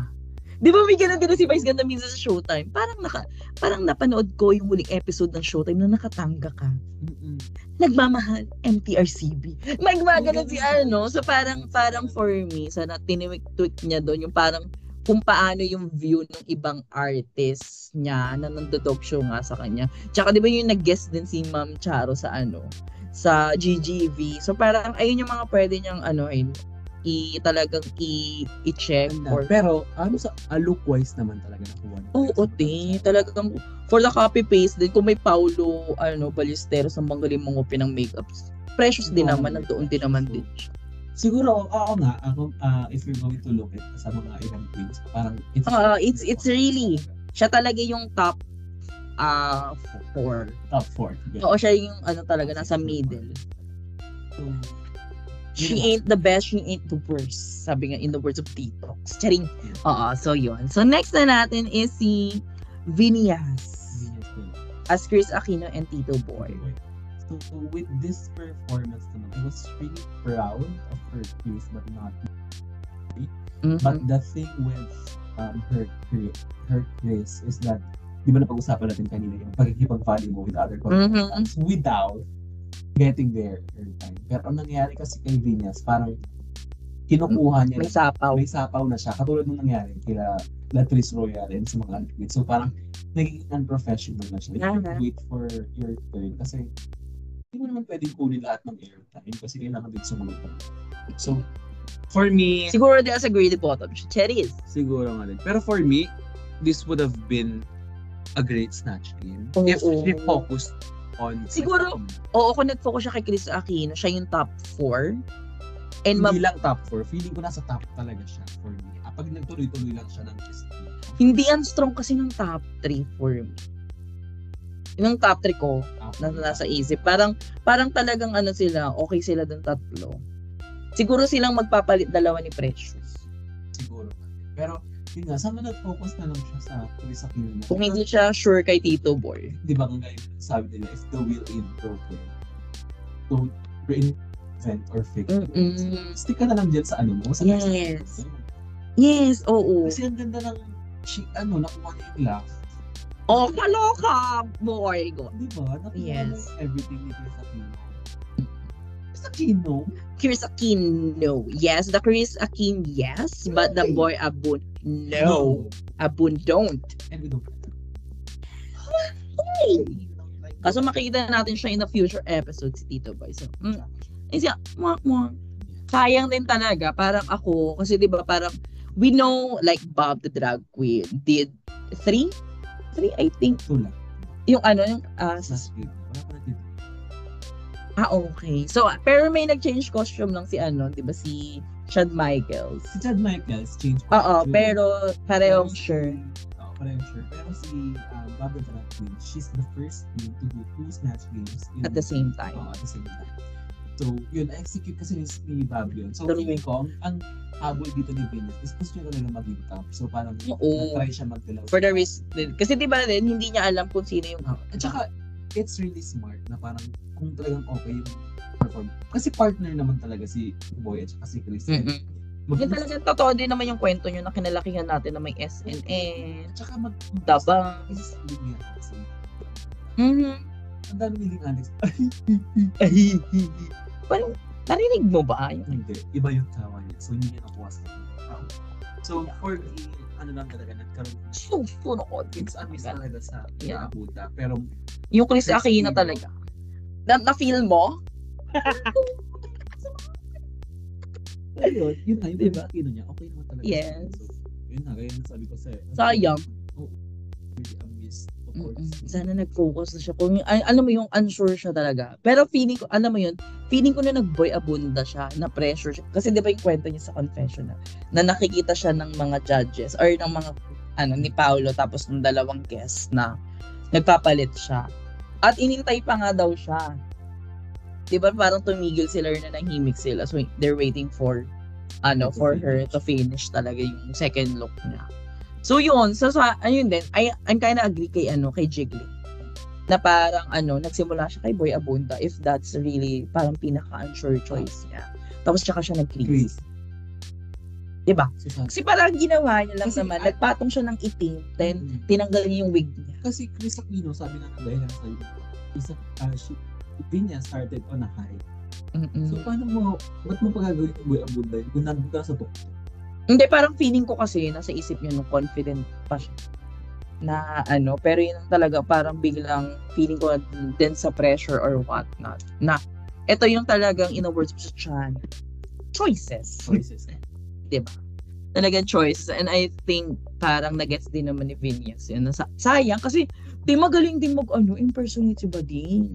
S1: Di ba may ganun din na si Vice Ganda minsan sa Showtime? Parang naka, parang napanood ko yung huling episode ng Showtime na nakatangga ka.
S2: Mhm.
S1: nagmamahal, MTRCB. May mga ganun
S2: Ang
S1: si
S2: galing.
S1: ano. So parang, parang for me, sana tiniwik-tweak niya doon yung parang kung paano yung view ng ibang artist niya na nandodog show nga sa kanya. Tsaka di ba yung nag-guest din si Ma'am Charo sa ano, sa GGV. So parang ayun yung mga pwede niyang ano, ayun, i talagang i i-check
S2: Ganda.
S1: or
S2: Pero ano sa ah, look-wise naman talaga nakuha niya.
S1: Oo, te. Talagang for the copy-paste din. Kung may Paolo, ano, Ballesteros ng Banggaling Mangupin ng makeups, precious din
S2: Oo.
S1: naman. Nandoon din naman din siya.
S2: Oh. Siguro, oo nga, ako, ah, if you're going to look at sa mga ibang queens, parang it's,
S1: Oo, Ah, it's- it's really- Siya talaga yung top ah four.
S2: top four. Yeah.
S1: Oo, siya yung ano talaga, nasa middle.
S2: So,
S1: She
S2: yun.
S1: ain't the best, she ain't the worst. Sabi nga, in the words of Detox. Charing. Oo, so yun. So next na natin is si Vinias
S2: Yes, yes, yes.
S1: as Chris Aquino and Tito Boy.
S2: So with this performance naman, I was really proud of her tears but not
S4: Mhm.
S1: Mm-hmm.
S2: But the thing with um, her cri- her Chris is that di ba napag-usapan natin kanina yung pagkikipag-volleyball with other
S1: Mm-hmm.
S4: Mhm.
S2: contestants without getting their airtime. Pero ang nangyari kasi kay Vinyas, parang kinukuha niya
S4: May
S2: na
S4: sapaw.
S2: may sapaw na siya. Katulad nung nangyari kila Latrice Royal and sa mga athletes. So parang naging unprofessional na siya. You
S4: Tama.
S2: wait for your turn kasi hindi mo naman pwedeng kunin lahat ng airtime kasi kailangan din sumunod ka. So, for me,
S1: Siguro dahil sa grade bottom. Cherries.
S2: siguro nga din. Pero for me, this would have been a great snatch game if
S1: Oo.
S2: she focused on
S1: Siguro, Oo, kung nag-focus siya kay Chris Aquino, siya yung top 4. And
S2: hindi
S1: mab-
S2: lang top 4. Feeling ko nasa top talaga siya for me. Kapag nagtuloy-tuloy lang siya ng ST.
S1: hindi ang strong kasi ng top 3 for me. Yung top 3 ko, na nasa isip. Parang parang talagang ano sila, okay sila dun tatlo. Siguro silang magpapalit dalawa ni Precious.
S2: siguro. Pero, yun nga, sana nag-focus na lang siya sa Chris Aquino niya.
S1: Kung hindi siya sure kay Tito Boy.
S2: Di ba nga yung sabi nila, if the will ain't broken, don't reinvent or fix it.
S1: Mm-mm.
S2: Stick ka na lang dyan sa ano mo, sa
S1: Yes. Yes, oo.
S2: Kasi ang ganda ng, she, ano, nakuha niya yung laugh.
S1: Oh, kaloka! Boy, go.
S2: Di ba? Nakuha niya
S1: Yes.
S2: yung everything ni Chris Aquino. Chris Aquino?
S1: Chris Akin, no. Yes, the Chris Akin, yes. But the boy Abun, no. Abun, don't.
S2: And we don't like that. We don't like
S1: Kaso
S2: that.
S1: makikita natin siya in the future episodes, si Tito Boy. So, mm. Eh, siya, mwak, mwak. Sayang din talaga. Parang ako, kasi di ba parang, we know like Bob the Drag Queen did three? Three, I think.
S2: Ito lang.
S1: Yung ano, yung, ah,
S2: Mas
S1: s-
S2: nakikita. Wala pa natin.
S1: ah, okay. So, ah, pero may nag-change costume lang si ano, di ba, si Chad Michaels.
S2: Si Chad Michaels, change
S1: Oo,
S2: costume.
S1: pero parehong
S2: Pero si-
S1: sure.
S2: Oo, parehong sure. Pero si um, Barbara Drag Queen, she's the first queen to do two snatch games in-
S1: At the same time.
S2: Oo, at the same time. So, yun, execute kasi ni, ni Bob yun. So,
S1: True.
S2: feeling ko, ang, ang habol dito ni Venus is gusto niya talaga maging top. So, parang
S1: Oo.
S2: na-try siya magdalaw.
S1: For the risk din. Kasi di ba rin, hindi niya alam kung sino yung...
S2: Oo. Ah, At saka, it's really smart na parang kung talagang okay yung perform. Kasi partner naman talaga si Boy at saka si Chris.
S1: Mm-mm.
S2: Mag-
S1: Yung talagang totoo din naman yung kwento niyo na kinalakihan natin na may SNN,
S2: At saka mag...
S1: tabang.
S2: Kasi sabi niya kasi,
S1: Mhm.
S2: ang dami niling Alex.
S1: Well, narinig mo ba yun?
S2: Hindi. Iba yung tawa niya. So, hindi niya nakuha sa kanya. So, for me, ano lang talaga, nagkaroon
S1: Susunod.
S2: It's a miss talaga sa
S1: Yeah.
S2: naabuta. Pero,
S1: Yung Chris
S2: Chris
S1: Aquino
S2: Aquino.
S1: talaga. Na, na-feel mo?
S2: ayun, yun na, yung
S1: Diba?
S2: diba? niya, okay naman talaga.
S1: Yes.
S2: So, yun na, gaya na sabi ko sa'yo.
S1: Sayang.
S2: Oo. really a missed
S1: Mm-mm.
S2: opportunity.
S1: Mm-hmm. Sana nag-focus na siya. Kung, ay, alam mo yung unsure siya talaga. Pero feeling ko, alam mo yun, feeling ko na nag-boy abunda siya, na-pressure siya. Kasi di ba yung kwento niya sa confessional, na nakikita siya ng mga judges or ng mga, ano, ni Paolo tapos ng dalawang guest na nagpapalit siya. At inintay pa nga daw siya. Di ba parang tumigil sila or nanahimik sila. So they're waiting for, ano,
S2: To
S1: for her
S2: finish.
S1: to finish talaga yung second look niya. So yun, so sa ayun din, I I'm kinda agree kay ano kay Jiggly. Na parang ano, nagsimula siya kay Boy Abunda if that's really parang pinaka-unsure choice niya. Tapos tsaka siya nag-crease.
S2: Chris.
S1: Diba?
S2: So, sa-
S1: Kasi parang ginawa niya lang
S2: Kasi,
S1: naman,
S2: ah,
S1: nagpatong siya ng itim, then
S2: Mm.
S1: tinanggal niya yung wig niya.
S2: Kasi Chris Aquino, sabi na nagdahil lang sa'yo. Chris Aquino, uh, she, Vinya started on a high.
S1: Mm-mm.
S2: So, paano mo, ba't mo pagagawin yung buhay abunda yun? Kung nandun ka sa tuktok.
S1: Hindi, parang feeling ko kasi nasa isip niya nung confident pa siya na ano, pero yun ang talaga parang biglang feeling ko din sa pressure or what not. Na ito yung talagang in a words sa chan. Choices.
S2: Choices.
S1: Diba? Talagang choices. And I think parang nagets din naman ni Vinyas yun. Nasa, sayang kasi di magaling din mag ano, impersonate si Badin.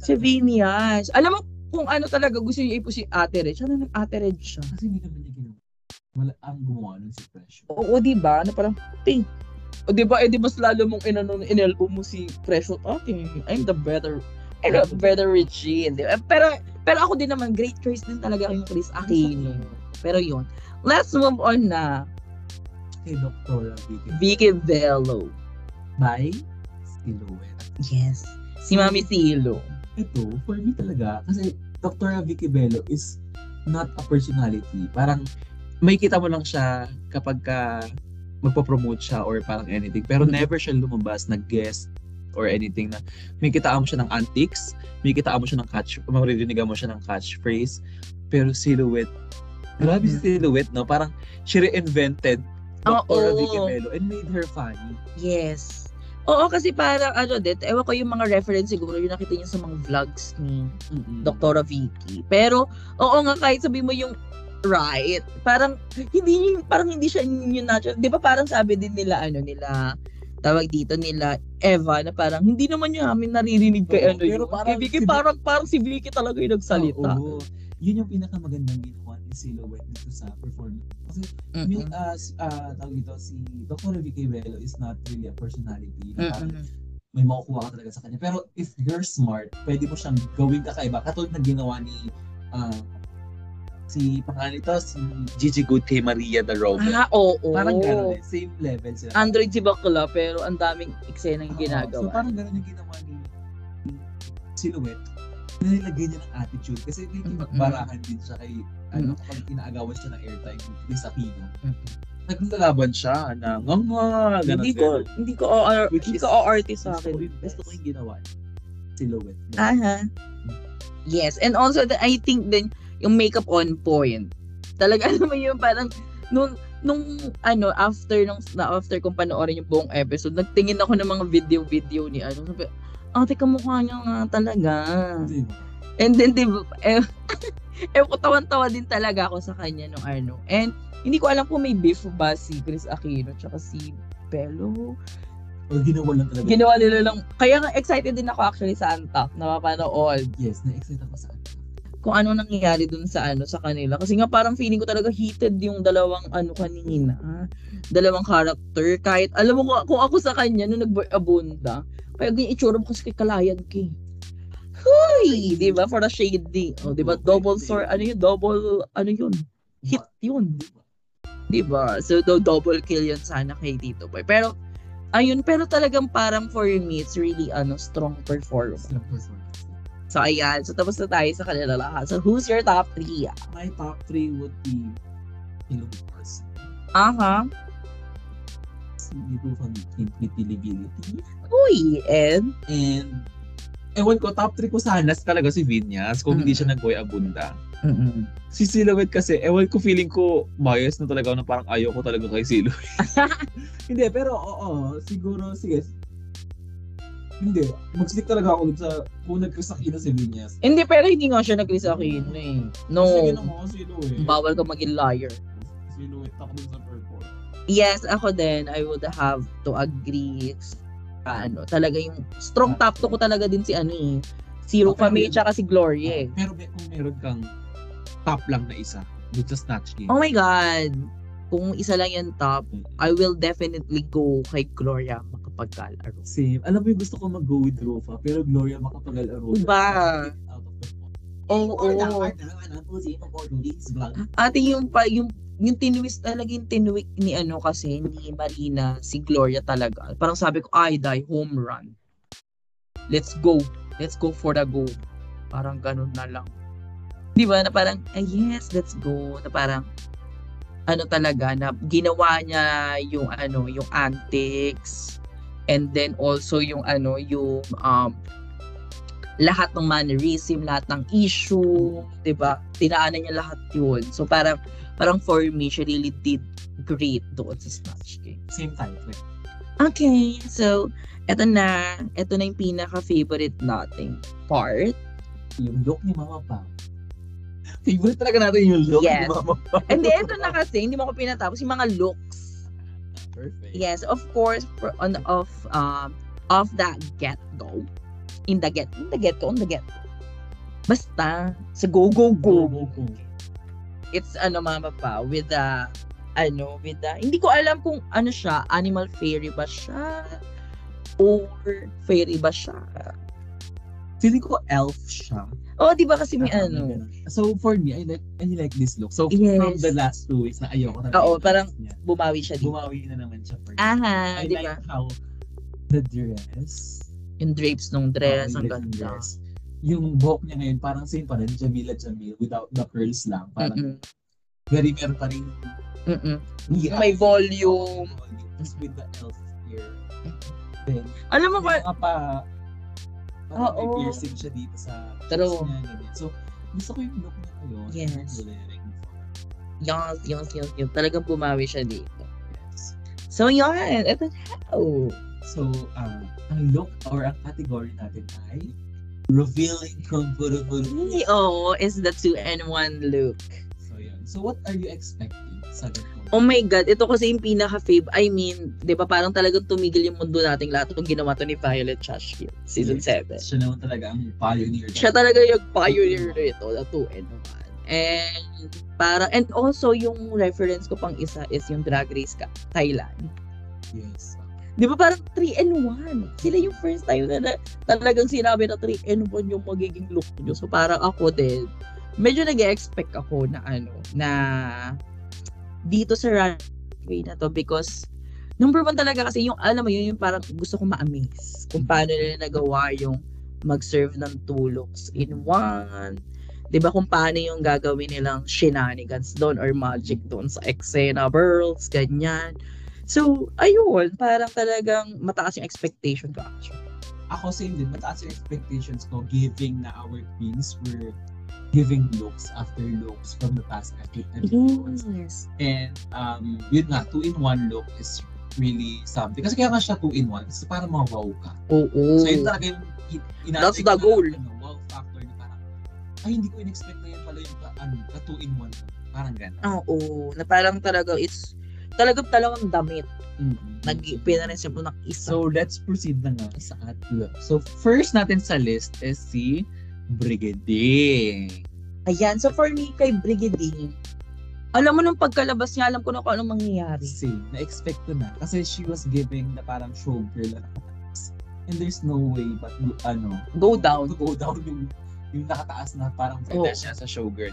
S1: Si Vinyas. Alam mo kung ano talaga gusto niya ipo si Ate Red. Siya na nag-Ate Red siya.
S2: Kasi hindi naman niya ginawa. Wala ang gumawa nun si Pressure.
S1: Oo, di ba? Na parang, ting. O di ba, eh, di mas lalo mong inano, inelbo mo si Precious. Ah, ting, I'm the better, I'm the better Regine. Di ba? Eh, Pero, pero ako din naman, great choice din talaga yung Chris Aquino. Pero yun. Let's move on na.
S2: Kay Dr. Vicky.
S1: Vicky Velo.
S2: By Silhouette.
S1: Yes. Si Mami Silo.
S2: ito, for me talaga, kasi Dr. Vicky Bello is not a personality. Parang, may kita mo lang siya kapag ka magpa-promote siya or parang anything. Pero
S1: Mhm.
S2: never siya lumabas na guest or anything na may kitaan mo siya ng antics, may kitaan mo siya ng catch, maririnig mo siya ng catchphrase, pero silhouette, grabe si silhouette, no? Parang she reinvented
S1: Oo.
S2: Dr. Vicky Bello and made her funny.
S1: Yes. Oo, kasi parang ano din, ewan ko yung mga reference siguro yung nakita niyo sa mga vlogs ni
S2: Mm-mm.
S1: Doktora Vicky. Pero, oo nga, kahit sabi mo yung right, parang hindi niya- parang hindi siya yung natural. Di ba parang sabi din nila, ano nila, tawag dito nila, Eva, na parang hindi naman yung amin naririnig kay
S2: Oo,
S1: ano
S2: pero
S1: yun.
S2: parang
S1: Kay Vicky,
S2: si-
S1: parang, parang si Vicky talaga yung nagsalita.
S2: Oo. Yun yung pinakamagandang ginawa ni silhouette nito sa performance. Kasi may,
S1: Mm-mm.
S2: uh, s- uh, tawag dito, si Dr. Vicky Bello is not really a personality. Na parang
S1: Mm-mm.
S2: may makukuha ka talaga sa kanya. Pero if you're smart, pwede mo siyang gawing kakaiba. Katulad na ginawa ni ah, si pangalan nito, si Gigi Good kay Maria the Robot.
S1: Ah, oo.
S2: Parang gano'n eh. Same level sila.
S1: Android si Bakla, pero ang daming eksena yung
S2: Oo, Ah, So
S1: ginagawa.
S2: parang gano'n yung ginawa ni Silhouette. Nilagay niya ng attitude. Kasi
S1: Mm-mm.
S2: nagbarahan din siya kay ano, kapag inaagawan siya ng airtime ni Chris Aquino.
S1: Mm-mm.
S2: Naglalaban siya na nga nga, ganun,
S1: hindi ko,
S2: ganun.
S1: hindi ko, OR,
S2: Which
S1: hindi
S2: is-
S1: ko ORT sa
S2: Gusto ko
S1: akin.
S2: yung- Gusto ko yung ginawa. niya. Silhouette. niya.
S1: Aha. Yes, and also the, I think then yung makeup on point. Talaga alam mo yung parang nung nung ano after nung na after kong panoorin yung buong episode, nagtingin ako ng mga video-video ni ano. Sabi, ate kamukha niya nga talaga.
S2: Di ba?
S1: And then, di ba, eh, eh, tawan-tawa din talaga ako sa kanya nung ano. And, hindi ko alam kung may beef ba si Chris Aquino tsaka si Bello.
S2: Or ginawa lang talaga.
S1: Ginawa nila lang. Kaya nga excited din ako actually sa Antak na mapanood
S2: Yes, na-excite ako sa akin.
S1: kung ano nangyayari dun sa ano sa kanila kasi nga parang feeling ko talaga heated yung dalawang ano kanina dalawang character kahit alam mo kung, kung ako sa kanya nung nag abunda kaya ganyan itsura mo kasi kay Kalayan K Huy! Di ba? For a shady. O, di ba? Double sword. Ano yun? Double, ano yun? Hit yun.
S2: Di ba?
S1: Di ba? So, do- double kill yun sana kay Tito Boy. Pero, ayun. Pero talagang parang for me, it's really, ano, strong performance.
S2: Sila performance.
S1: So, ayan. So, tapos na tayo sa kanila lahat. So, who's your top three?
S2: My top 3 would be Ilong Force.
S1: Aha.
S2: Si Ibu from Invitilability.
S1: Uy, and
S2: And, ewan ko, top 3 ko sana talaga si Vinyas kung hindi
S1: Mm.
S2: siya nag-boy abunda. Si Silhouette kasi, ewan ko, feeling ko bias na talaga ako na parang ayaw ko talaga kay Silhouette. hindi, pero oo, siguro, sige. Hindi, mag-stick talaga ako dun sa kung nagkasakina si Vinyas.
S1: hindi pero hindi nga siya nag-Chris Aquino eh.
S2: Sige
S1: No.
S2: na mo, Silhouette.
S1: Bawal ka maging liar.
S2: Silhouette ako dun sa purple.
S1: Yes, ako din I would have to agree. Ah, ano, talaga yung strong top to ko talaga din si ano eh. Si Rufa May tsaka si Gloria eh.
S2: Pero may, kung meron kang top lang na isa, dun sa Snatch Game.
S1: Oh my God. Kung isa lang yung top, I will definitely go kay Gloria makapagkalaro.
S2: Same. Alam mo yung gusto ko mag-go with Rofa, pero Gloria makapagal aro.
S1: Diba? Oo. Ate, yung, pa, yung, yung tinuwis talaga yung tinuwik ni ano kasi, ni Marina, si Gloria talaga. Parang sabi ko, ay, die, home run. Let's go. Let's go for the goal. Parang ganun na lang. Di ba? Na parang, ah, yes, let's go. Na parang, ano talaga, na ginawa niya yung ano, yung antics. And then also yung ano, yung um, lahat ng mannerism, lahat ng issue, 'di ba? Tinaanan niya lahat 'yun. So parang parang for me, she really did great doon sa Snatch Game.
S2: Same title.
S1: Okay, so eto na, eto na yung pinaka-favorite nating part.
S2: Yung look ni Mama Pam. Favorite talaga natin yung look
S1: Yes.
S2: ni Mama Pam.
S1: And then eto na kasi, hindi mo ko pinatapos yung mga looks.
S2: Perfect.
S1: Yes, of course, for- on of um of that get-go. In the get, in the get-go, on the get-go. Basta, sa go, go, go.
S2: go.
S1: it's ano mama pa with the ano with the hindi ko alam kung ano siya animal fairy ba siya or fairy ba siya
S2: Feeling ko elf siya.
S1: oh di ba kasi may
S2: Ah,
S1: ano
S2: ganun. So for me, I like, I like this look. So from
S1: Yes.
S2: the last two weeks na ayoko na.
S1: Oo, parang-
S2: niya,
S1: bumawi siya dito
S2: Bumawi na naman siya for me.
S1: aha
S2: I
S1: di ba
S2: like how the dress.
S1: yung drapes nung dress
S2: Oh,
S1: ang
S2: yung
S1: ganda
S2: dress. yung buhok niya ngayon, parang same pa rin, Jamila Jamil, without the curls lang. Parang very meron pa rin
S1: Mm-mm.
S2: yeah.
S1: May volume.
S2: Just with the elf ear. Then,
S4: Alam mo
S2: yung
S4: ba,
S2: mga pa, parang may
S1: Oo.
S2: piercing siya dito sa
S1: True.
S2: niya. ganyan. So, gusto ko yung look niya ngayon.
S1: Yes.
S2: Yung layering.
S1: Yos, yos, yos, yos. Talagang bumawi siya dito.
S2: Yes.
S1: So, yan. Ito oh.
S2: So, ah, ang look or ang category natin ay revealing comfortable.
S1: Oh, is the two and one look.
S2: So, yun. So, what are you expecting sa ganito?
S1: Oh my God, ito kasi yung pinaka-fave. I mean, di ba parang talagang tumigil yung mundo nating lahat kung ginawa to ni Violet Chachfield, season 7.
S2: Siya naman talaga ang pioneer.
S1: Siya talaga yung pioneer nito, the two and one. And para and also yung reference ko pang isa is yung Drag Race ka, Thailand.
S2: Yes.
S1: 'Di ba parang 3 and 1? Sila yung first time na, na talagang sinabi na 3 and 1 yung magiging look nyo. So parang ako din, medyo nag-expect ako na ano, na dito sa runway na to because number one talaga kasi yung alam mo yun yung parang gusto kong ma-amaze kung paano nila nagawa yung mag-serve ng two looks in one. 'Di ba kung paano yung gagawin nilang shenanigans doon or magic doon sa eksena, Burls, ganyan. So, ayun, parang talagang mataas yung expectation ko actually.
S2: Ako same din. Mataas yung expectations ko giving na our queens were giving looks after looks from the past epi- episodes.
S1: Yes.
S2: And um, yun nga, two in one look is really something. Kasi kaya nga siya two in one. Kasi parang mga wow ka.
S1: Oo.
S2: So yun talaga yung in- ina-
S1: Mm. That's the
S2: ko na
S1: goal.
S2: lang, Ano, wow factor na parang, ay hindi ko in-expect na yun pala yung ka- ano, ka two in one. Parang gano'n.
S1: Oo. Na parang talaga it's talagang talagang damit. Nag pinarin siya po ng isa.
S2: Mm-hmm. So let's proceed na nga sa atlo. So first natin sa list is si Brigadier.
S1: Ayan. So for me, kay Brigidine, alam mo nung pagkalabas niya, alam ko na kung anong mangyayari.
S2: Same. Na-expect ko na. Kasi she was giving na parang showgirl at nakataas. And there's no way but you- ano.
S1: Go down.
S2: To go down yung, yung nakataas na parang
S1: Oo.
S2: oh. siya sa showgirl.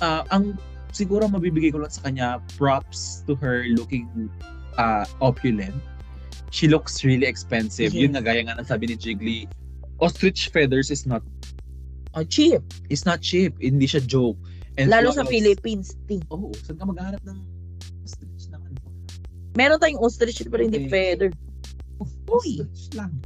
S2: Ah, ang siguro mabibigay ko lang sa kanya props to her looking ah, opulent. She looks really expensive. Yun nga, gaya nga ng sabi ni Jiggly, ostrich feathers is not
S1: Oh, cheap.
S2: it's not cheap. Hindi siya joke. And
S1: Lalo sa
S2: flawless.
S1: Philippines, ting.
S2: Oo, oh, saan ka maghahanap ng ostrich naman?
S1: Meron tayong ostrich pero hindi
S2: Okay.
S1: feather. Uy!
S2: Ostrich lang.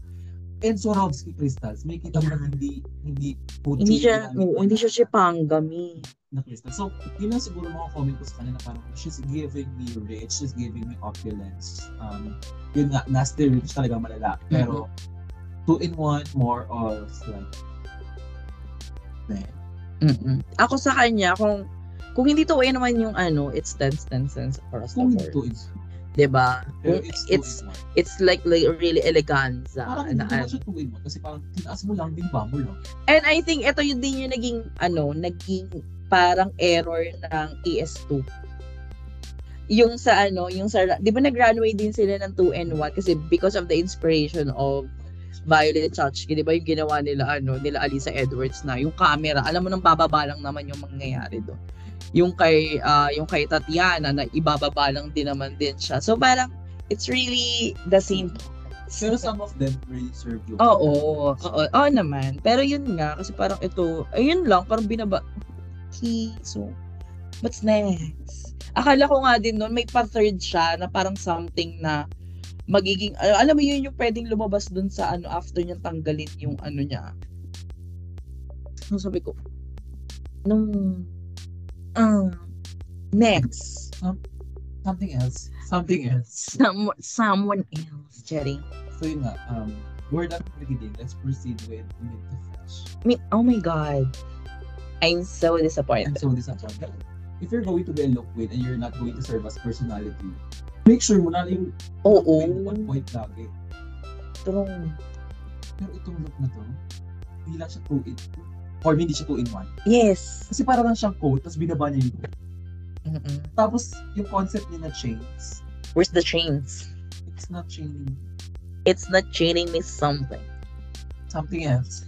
S2: And Swarovski crystals, may kita mo na hindi, hindi puti.
S1: Hindi siya,
S2: yan,
S1: oo, hindi siya sipangami.
S2: Na crystal. So, yun lang siguro mga comment ko sa kanya na parang, she's giving me rich, she's giving me opulence. Um, yun nga, nasty rich talaga malala. Pero,
S1: Mm-hmm.
S2: two in one, more of like, eh,
S1: Mm-mm. Ako sa kanya, kung kung hindi to naman yung ano, it's 10 10 cents across the
S2: kung hindi
S1: board.
S2: two in
S1: Diba? Kung
S2: pero it's two
S1: it's,
S2: in one.
S1: it's like, like really eleganza.
S2: Parang hindi
S1: na
S2: naman
S1: ano.
S2: siya two in one kasi parang tinaas mo lang din ba mo lang.
S1: And I think ito yun din yung naging ano, naging parang error ng ES2. Yung sa ano, yung sa, di ba nag-runway din sila ng 2 and 1 kasi because of the inspiration of Violet Chachki, di ba yung ginawa nila ano, nila Alisa Edwards na yung camera, alam mo nang bababa lang naman yung mangyayari doon. Yung kay ah, yung kay Tatiana na ibababa lang din naman din siya. So parang it's really the same
S2: Pero some of them really serve you.
S1: Oo, oo, oo, oo naman. Pero yun nga, kasi parang ito, ayun lang, parang binaba, okay, so, what's next? Akala ko nga din noon, may pa-third siya na parang something na magiging, al- alam mo yun yung pwedeng lumabas dun sa ano, after niyang tanggalin yung ano niya. Ano sabi ko? Nung, ah, next.
S2: Something else. Something else.
S1: Some, someone else, Jerry.
S2: So yun nga, um, we're not beginning. Let's proceed with mid to fetch.
S1: I mean, oh my God. I'm so
S2: I'm
S1: disappointed.
S2: so disappointed. If you're going to be a look queen and you're not going to serve as personality, make sure mo na yung
S1: Oo.
S2: look queen on point lagi.
S1: True.
S2: Pero itong look na to, hindi lang siya two in or hindi siya two in one.
S1: Yes.
S2: Kasi parang lang siyang coat, tapos binaba niya yung coat.
S1: Mm-mm.
S2: Tapos yung concept niya na chains,
S1: Where's the chains?
S2: it's not chaining
S1: It's not chaining me something.
S2: something else.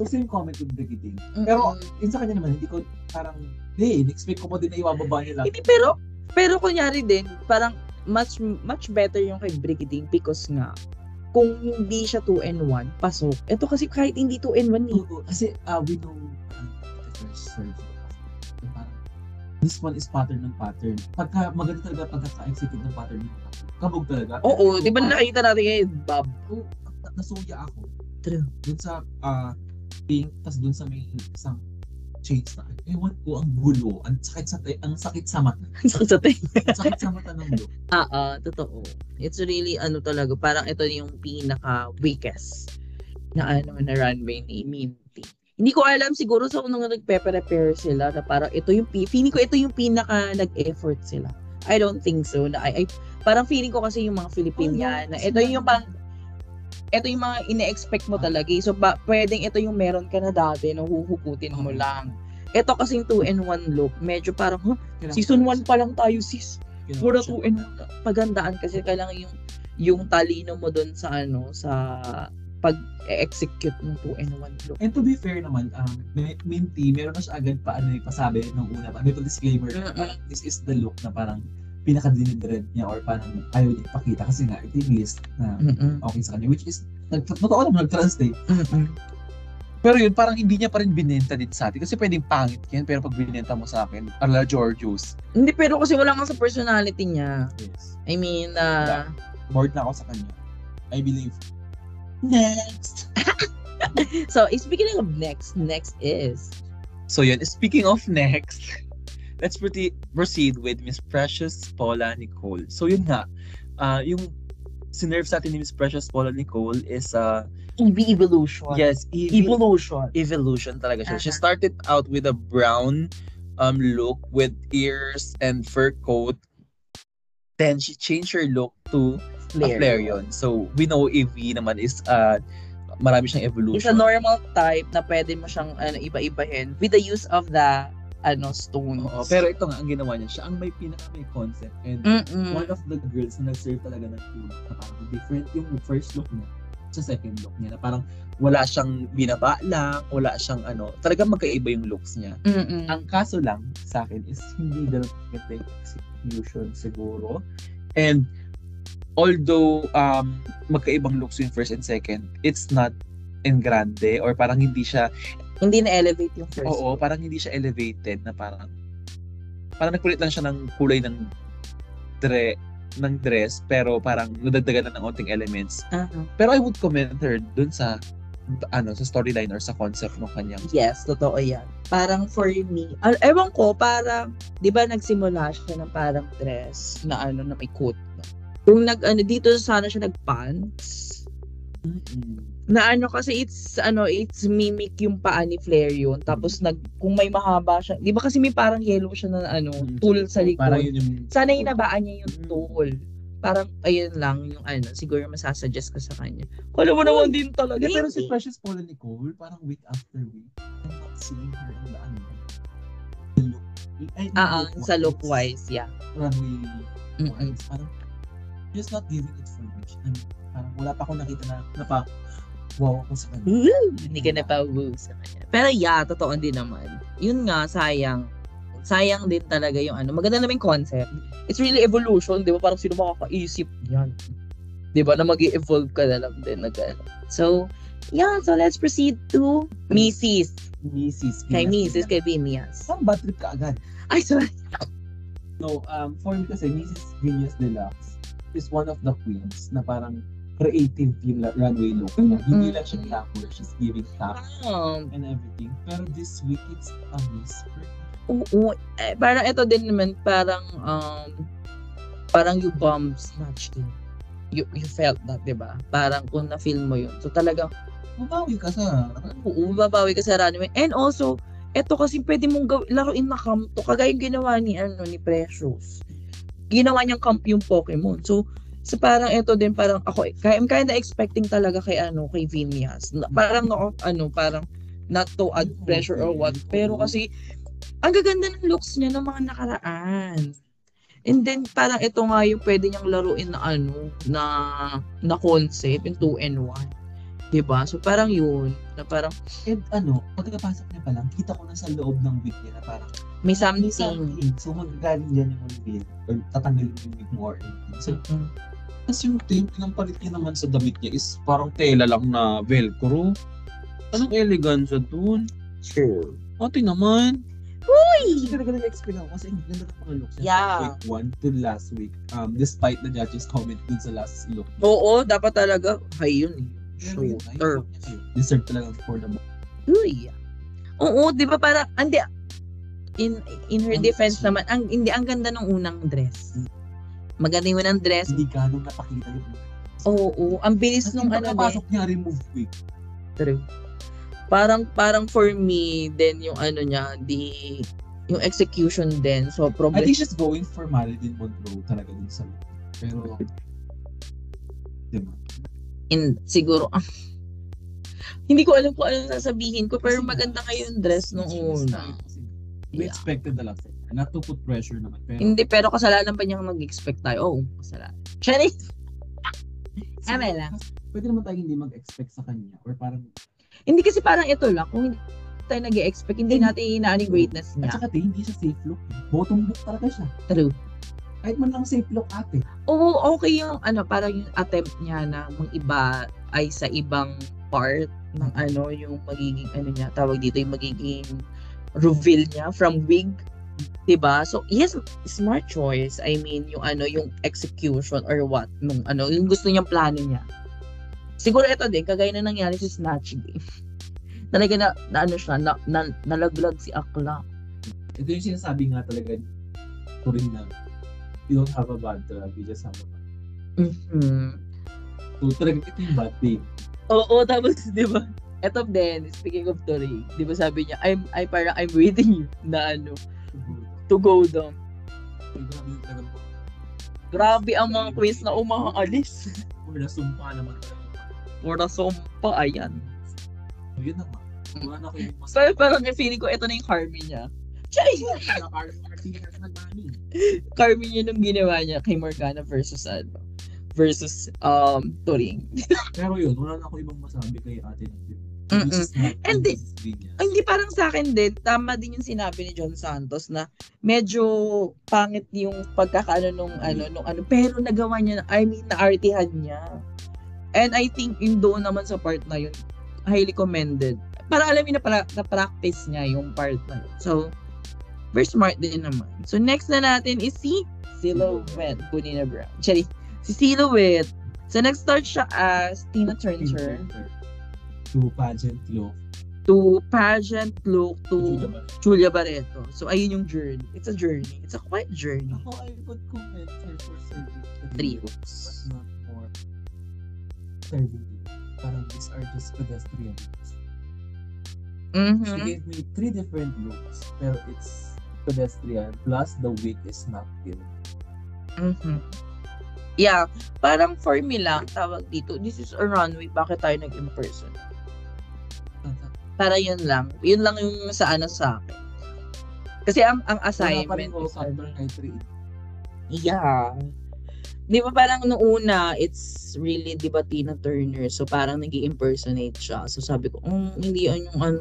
S2: So same comment with Brigitte. Pero
S1: Mm-mm.
S2: yun sa kanya naman, hindi ko parang, hey, expect ko pa din na iwababa niya lang.
S1: hindi pero pero kunyari din parang much much better yung kay Brigadine because nga kung hindi siya 2 and 1, pasok. Ito kasi kahit hindi 2 and 1 eh.
S2: Oo, kasi uh, we know ano, the first serve. Yung parang, This one is pattern ng pattern. Pagka maganda talaga pagkaka-execute ng pattern ng pattern. Kabog talaga.
S1: Oo, di ba nakita natin ngayon, Bob?
S2: Oo, na- nasuya ako.
S1: True.
S2: Dun sa ah, pink, tas dun sa may isang change na. Ewan ko, ang gulo. Ang sakit sa, te- ang sakit sa mata.
S1: sa tingin.
S2: Ang sakit sa mata ng look.
S1: Oo, totoo. It's really, ano talaga, parang ito yung pinaka-weakest na ano, na runway ni Minty. Hindi ko alam siguro sa unang nagpe-prepare sila na parang ito yung, pi- feeling ko ito yung pinaka nag-effort sila. I don't think so. Na, I, I- parang feeling ko kasi yung mga Filipiniana,
S2: kasi
S1: ito yung
S2: parang-
S1: pang, ito yung mga ine-expect mo talaga. eh. So, ba, pwedeng ito yung meron ka na dati na huhukutin
S2: Oh.
S1: mo lang. Ito kasing 2 in 1 look, medyo parang, huh,
S2: Kailangan-
S1: season 1 pa lang tayo sis.
S2: kailangan-
S1: Puro to and pagandaan kasi kailangan yung yung talino mo doon sa ano sa pag-execute ng 2 and 1 look.
S2: And to be fair naman, um, may- Minty, meron na siya agad pa ano, eh, pasabi nung una. pa. May pa disclaimer,
S1: Mm-mm.
S2: parang this is the look na parang pinaka-dinidread niya or parang ayaw niya ipakita kasi nga ito yung list na
S1: Mm-mm.
S2: okay sa kanya. Which is, nag- totoo naman, nag-translate.
S1: Mm-mm.
S2: Pero yun, parang hindi niya pa rin binenta din sa atin. Kasi pwedeng pangit yan, pero pag binenta mo sa akin, ala Georgios.
S1: Hindi pero kasi wala nga sa personality niya.
S2: Yes.
S1: I mean, uh,
S2: Bored na ako sa kanya. I believe. Next!
S1: so speaking of next, next is
S2: So yun, speaking of next, let's pretty, proceed with Miss Precious Paula Nicole. So yun nga, ah yung sinerve sa atin ni Miss Precious Paula Nicole is, uh,
S1: EV Evolution.
S2: yes, evil,
S1: Evolution.
S2: evolution talaga siya. She
S1: Aha.
S2: started out with a brown um look with ears and fur coat. Then she changed her look to a flare yun. So we know EV naman is uh, marami siyang
S1: It's a
S2: evolution.
S1: normal type na pwede mo siyang ano, iba-ibahin with the use of the ano stones.
S2: Oo, pero ito nga ang ginawa niya. Siya ang may pinaka may concept and
S1: Mm-mm.
S2: one of the girls na nag-serve talaga ng tulog na parang different yung first look niya sa second look niya na parang wala siyang binaba lang, wala siyang ano, talaga magkaiba yung looks niya.
S1: Mm-mm.
S2: Ang kaso lang sa akin is hindi ganun maganda yung execution siguro. And although um, magkaibang looks yung first and second, it's not in grande or parang hindi siya
S1: Hindi na-elevate yung first.
S2: Oo, parang hindi siya elevated na parang parang nagkulit lang siya ng kulay ng dre ng dress pero parang nadagdagan na ng onting elements.
S1: Aha.
S2: Pero I would comment her dun sa ano sa storyline or sa concept ng kanyang
S1: Yes, totoo yan. Parang for me, al- ewan ko, parang, di ba nagsimula siya ng parang dress na ano, na may coat. Kung nag, ano, dito sana siya nagpants. Na ano kasi it's ano it's mimic yung paa ni Flair yun tapos nag kung may mahaba siya di ba kasi may parang yellow siya na ano tool sa likod
S2: Mm. Parang yun yung
S1: sana hinabaan niya yung
S2: Mm.
S1: tool. Parang, ayun lang yung ano, siguro masasuggest ko sa kanya. Alam mo naman din talaga.
S2: Hindi, pero si
S1: Flair-
S2: Precious Paula Nicole, parang week after week, I'm not seeing her in the ano, the look. I mean,
S1: Ah, ah,
S2: look-wise,
S1: sa look-wise, yeah.
S2: Runway
S1: Mm-mm.
S2: wise, parang, just not giving it for me. I mean, parang wala pa akong nakita na, na pa, wow ako sa kanya.
S1: Woo! Hindi ka na pa woo sa kanya. Pero yeah, totoo din naman. Yun nga, sayang. Sayang din talaga yung ano. Maganda naman yung concept. It's really evolution, di ba? Parang sino makakaisip Mm-hmm. yan. Di ba? Na mag evolve ka na lang din. Nag ano. so, yeah. So, let's proceed to Mrs.
S2: Mrs.
S1: Kay
S2: Pinas-
S1: Mrs.
S2: Pinas.
S1: Kay Vinias.
S2: Parang bad trip ka agad.
S1: Ay, sorry.
S2: No, um, for me kasi, Mrs. Venus Deluxe is one of the queens na parang creative yung la- runway look niya. Hindi
S1: Mm-mm.
S2: lang siya clapper, she's giving clap
S1: Um,
S2: and everything. Pero this week, it's a whisper.
S1: Oo. Eh, parang ito din naman, parang, um, parang you bomb snatch din. You, you felt that, di ba? Parang kung na-feel mo yun. So talagang,
S2: Bumawi ka sa
S1: oo, babawi ka sa runway. And also, eto kasi pwede mong gaw- laruin na camp to. Kagaya yung ginawa ni, ano, ni Precious. Ginawa niyang camp yung Pokemon. So, so parang eto din, parang ako, kaya, I'm kinda expecting talaga kay, ano, kay Vinias. Na- Parang, no, ano, parang, not to add pressure or what. Pero kasi, ang gaganda ng looks niya ng mga nakaraan. And then, parang ito nga yung pwede niyang laruin na ano, na, na concept, yung 2 and 1. Diba? So, parang yun. Na parang,
S2: And ano, pagkapasok niya pa lang, kita ko na sa loob ng wig niya na parang
S1: may something.
S2: may something. So magagaling yan yung wig or tatanggalin yung wig more. So
S1: Mm-mm.
S2: Tapos yung team, pinampalit niya naman sa damit niya is parang tela lang na velcro. Anong elegance dun?
S1: True.
S2: Ate naman.
S4: Uy!
S2: Hindi talaga nag-explain ako kasi ang ganda ng mga looks niya.
S1: Yeah.
S2: From week one to last week. Um, despite the judges comment dun sa last look.
S1: Oo, dapat talaga high yun. eh.
S2: Pero yun, ay,
S1: Shoulder.
S2: look niya kayo. Deserve talaga for the
S1: Uy. Oo, di ba parang, hindi, in in her
S2: Ang-
S1: defense naman, ang hindi ang ganda ng unang dress. Maganda yung unang dress.
S2: Hindi ganong napakita yung look.
S1: Oo, ang bilis nung ano din.
S2: Pagkapasok niya, remove wig.
S1: True. Parang parang for me then yung ano niya, the yung execution din. So
S2: I
S1: problem
S2: think she's going for Marilyn Monroe talaga dun sa look. Pero, di ba?
S1: in siguro. ah. hindi ko alam kung anong sasabihin ko pero maganda kayo yung dress nung una. Yeah.
S2: We expected a lot from her. Not to put pressure naman. Pero,
S1: Hindi pero kasalanan pa niyang mag-expect tayo. Oo, kasalanan. Charis. Tama lang.
S2: Pwede naman tayo hindi mag-expect sa kanya. Or parang,
S1: Hindi kasi parang ito lang kung hindi tayo nag-expect, hindi natin inaano yung greatness
S2: at
S1: niya.
S2: saka te, hindi siya safe look. eh. Bottom look talaga siya.
S1: True.
S2: Kahit man lang safe look ate.
S1: Oo, okay yung ano, parang yung attempt niya na mag-iba ay sa ibang part ng ano, yung magiging ano niya, tawag dito, yung magiging reveal niya from wig. 'Di ba? So, yes, smart choice. I mean, yung ano, yung execution or what, nung ano, yung gusto niyang plano niya. Siguro ito din, kagaya na nangyari sa Snatch Game. Talaga na, na ano siya, na, na- nalaglag si Akla.
S2: Ito yung sinasabi nga talaga ko rin na you don't have a bad drug, you just have a bad.
S1: Mhm.
S2: So talaga ito yung bad thing.
S1: Oo, tapos, di ba? Eto din, speaking of Tori, di ba sabi niya, I'm, I parang I'm waiting you na ano, to go down.
S2: Pero grabe yung talagang
S1: Grabe ang mga queens na umaalis.
S2: Or nasumpa naman talaga.
S1: Mura sumpa, ayan.
S2: So yun naman.
S1: Hmm.
S2: Wala na kayo mas...
S1: Pero parang may feeling ko, ito na yung karma niya. Chay!
S2: Nakakarating na galing.
S1: Karma niya nung ginawa niya kay Morgana versus ano, versus um, Turing.
S2: Pero yun, wala na ako ibang masabi kay ate ng Jimmy.
S1: Mm-mm.
S2: Which is not
S1: And
S2: the
S1: the-
S2: best thing niya.
S1: Ay, hindi parang sa akin din, tama din yung sinabi ni John Santos na medyo pangit yung pagkakaano nung ano, nung ano, pero nagawa niya, na- I mean, naartihan niya. And I think yung doon naman sa part na yun, highly commended. Para alam niya na, para, na practice niya yung part na yun. So, very smart din naman. So, next na natin is si Silhouette Bonina Brown. Sorry, si Silhouette. So, nag-start siya as Tina Turner
S2: To pageant look.
S1: to pageant look to
S2: Julia Barrett.
S1: Julia Barreto. So, ayun yung journey. It's a journey. It's a quiet journey.
S2: Ako, I would comment her for serving the
S1: Three
S2: looks, but not for serving the look. Parang these are just pedestrian looks. She
S1: Mhm.
S2: gave me three different looks, pero it's pedestrian plus the wig is not in.
S1: Mhm.
S2: mm-hmm.
S1: Yeah. Parang formula, tawag dito, this is a runway, bakit tayo nag-imperson? Para yun lang. Yun lang yung sa ano sa akin. Kasi ang, ang assignment.
S2: Wala
S1: is
S2: pa rin
S1: ano,
S2: ako kay three.
S1: Yeah. Di ba parang nung una, it's really, di ba, Tina Turner. So, parang nag impersonate siya. So, sabi ko, um, hindi yan yung, ano,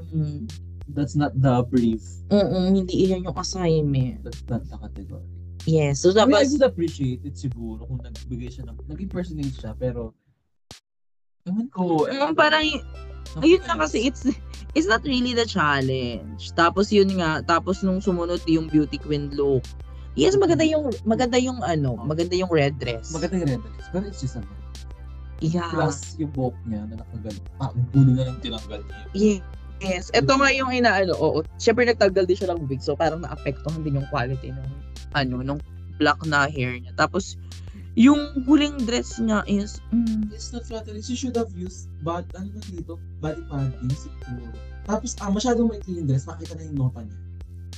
S2: That's not the brief.
S1: um, hindi yan yung assignment.
S2: That's not the category.
S1: Yes. So,
S2: I mean, I
S1: tapos,
S2: would appreciate it siguro kung nagbigay siya ng, nag-impersonate siya, pero, ewan ko. eh,
S1: um, parang, ayun na kasi, it's, it's not really the challenge. Tapos, yun nga, tapos nung sumunod yung beauty queen look. Yes, maganda yung, maganda yung, ano, maganda yung red dress.
S2: Maganda yung red dress, pero it's just ano.
S1: Yeah.
S2: Plus, yung buhok niya na nakagal. Ah, ang puno na lang tinanggal niya.
S1: Yes. Yes. Ito nga yung inaano, oo. Siyempre nagtagal din siya ng wig, so parang naapektuhan din yung quality ng ano, nung black na hair niya. Tapos yung huling dress niya is mm,
S2: It's not flattering. She should have used bad, ano ba dito? Body padding siguro. Tapos, ah, masyadong maikli yung dress. Makita na yung nota niya.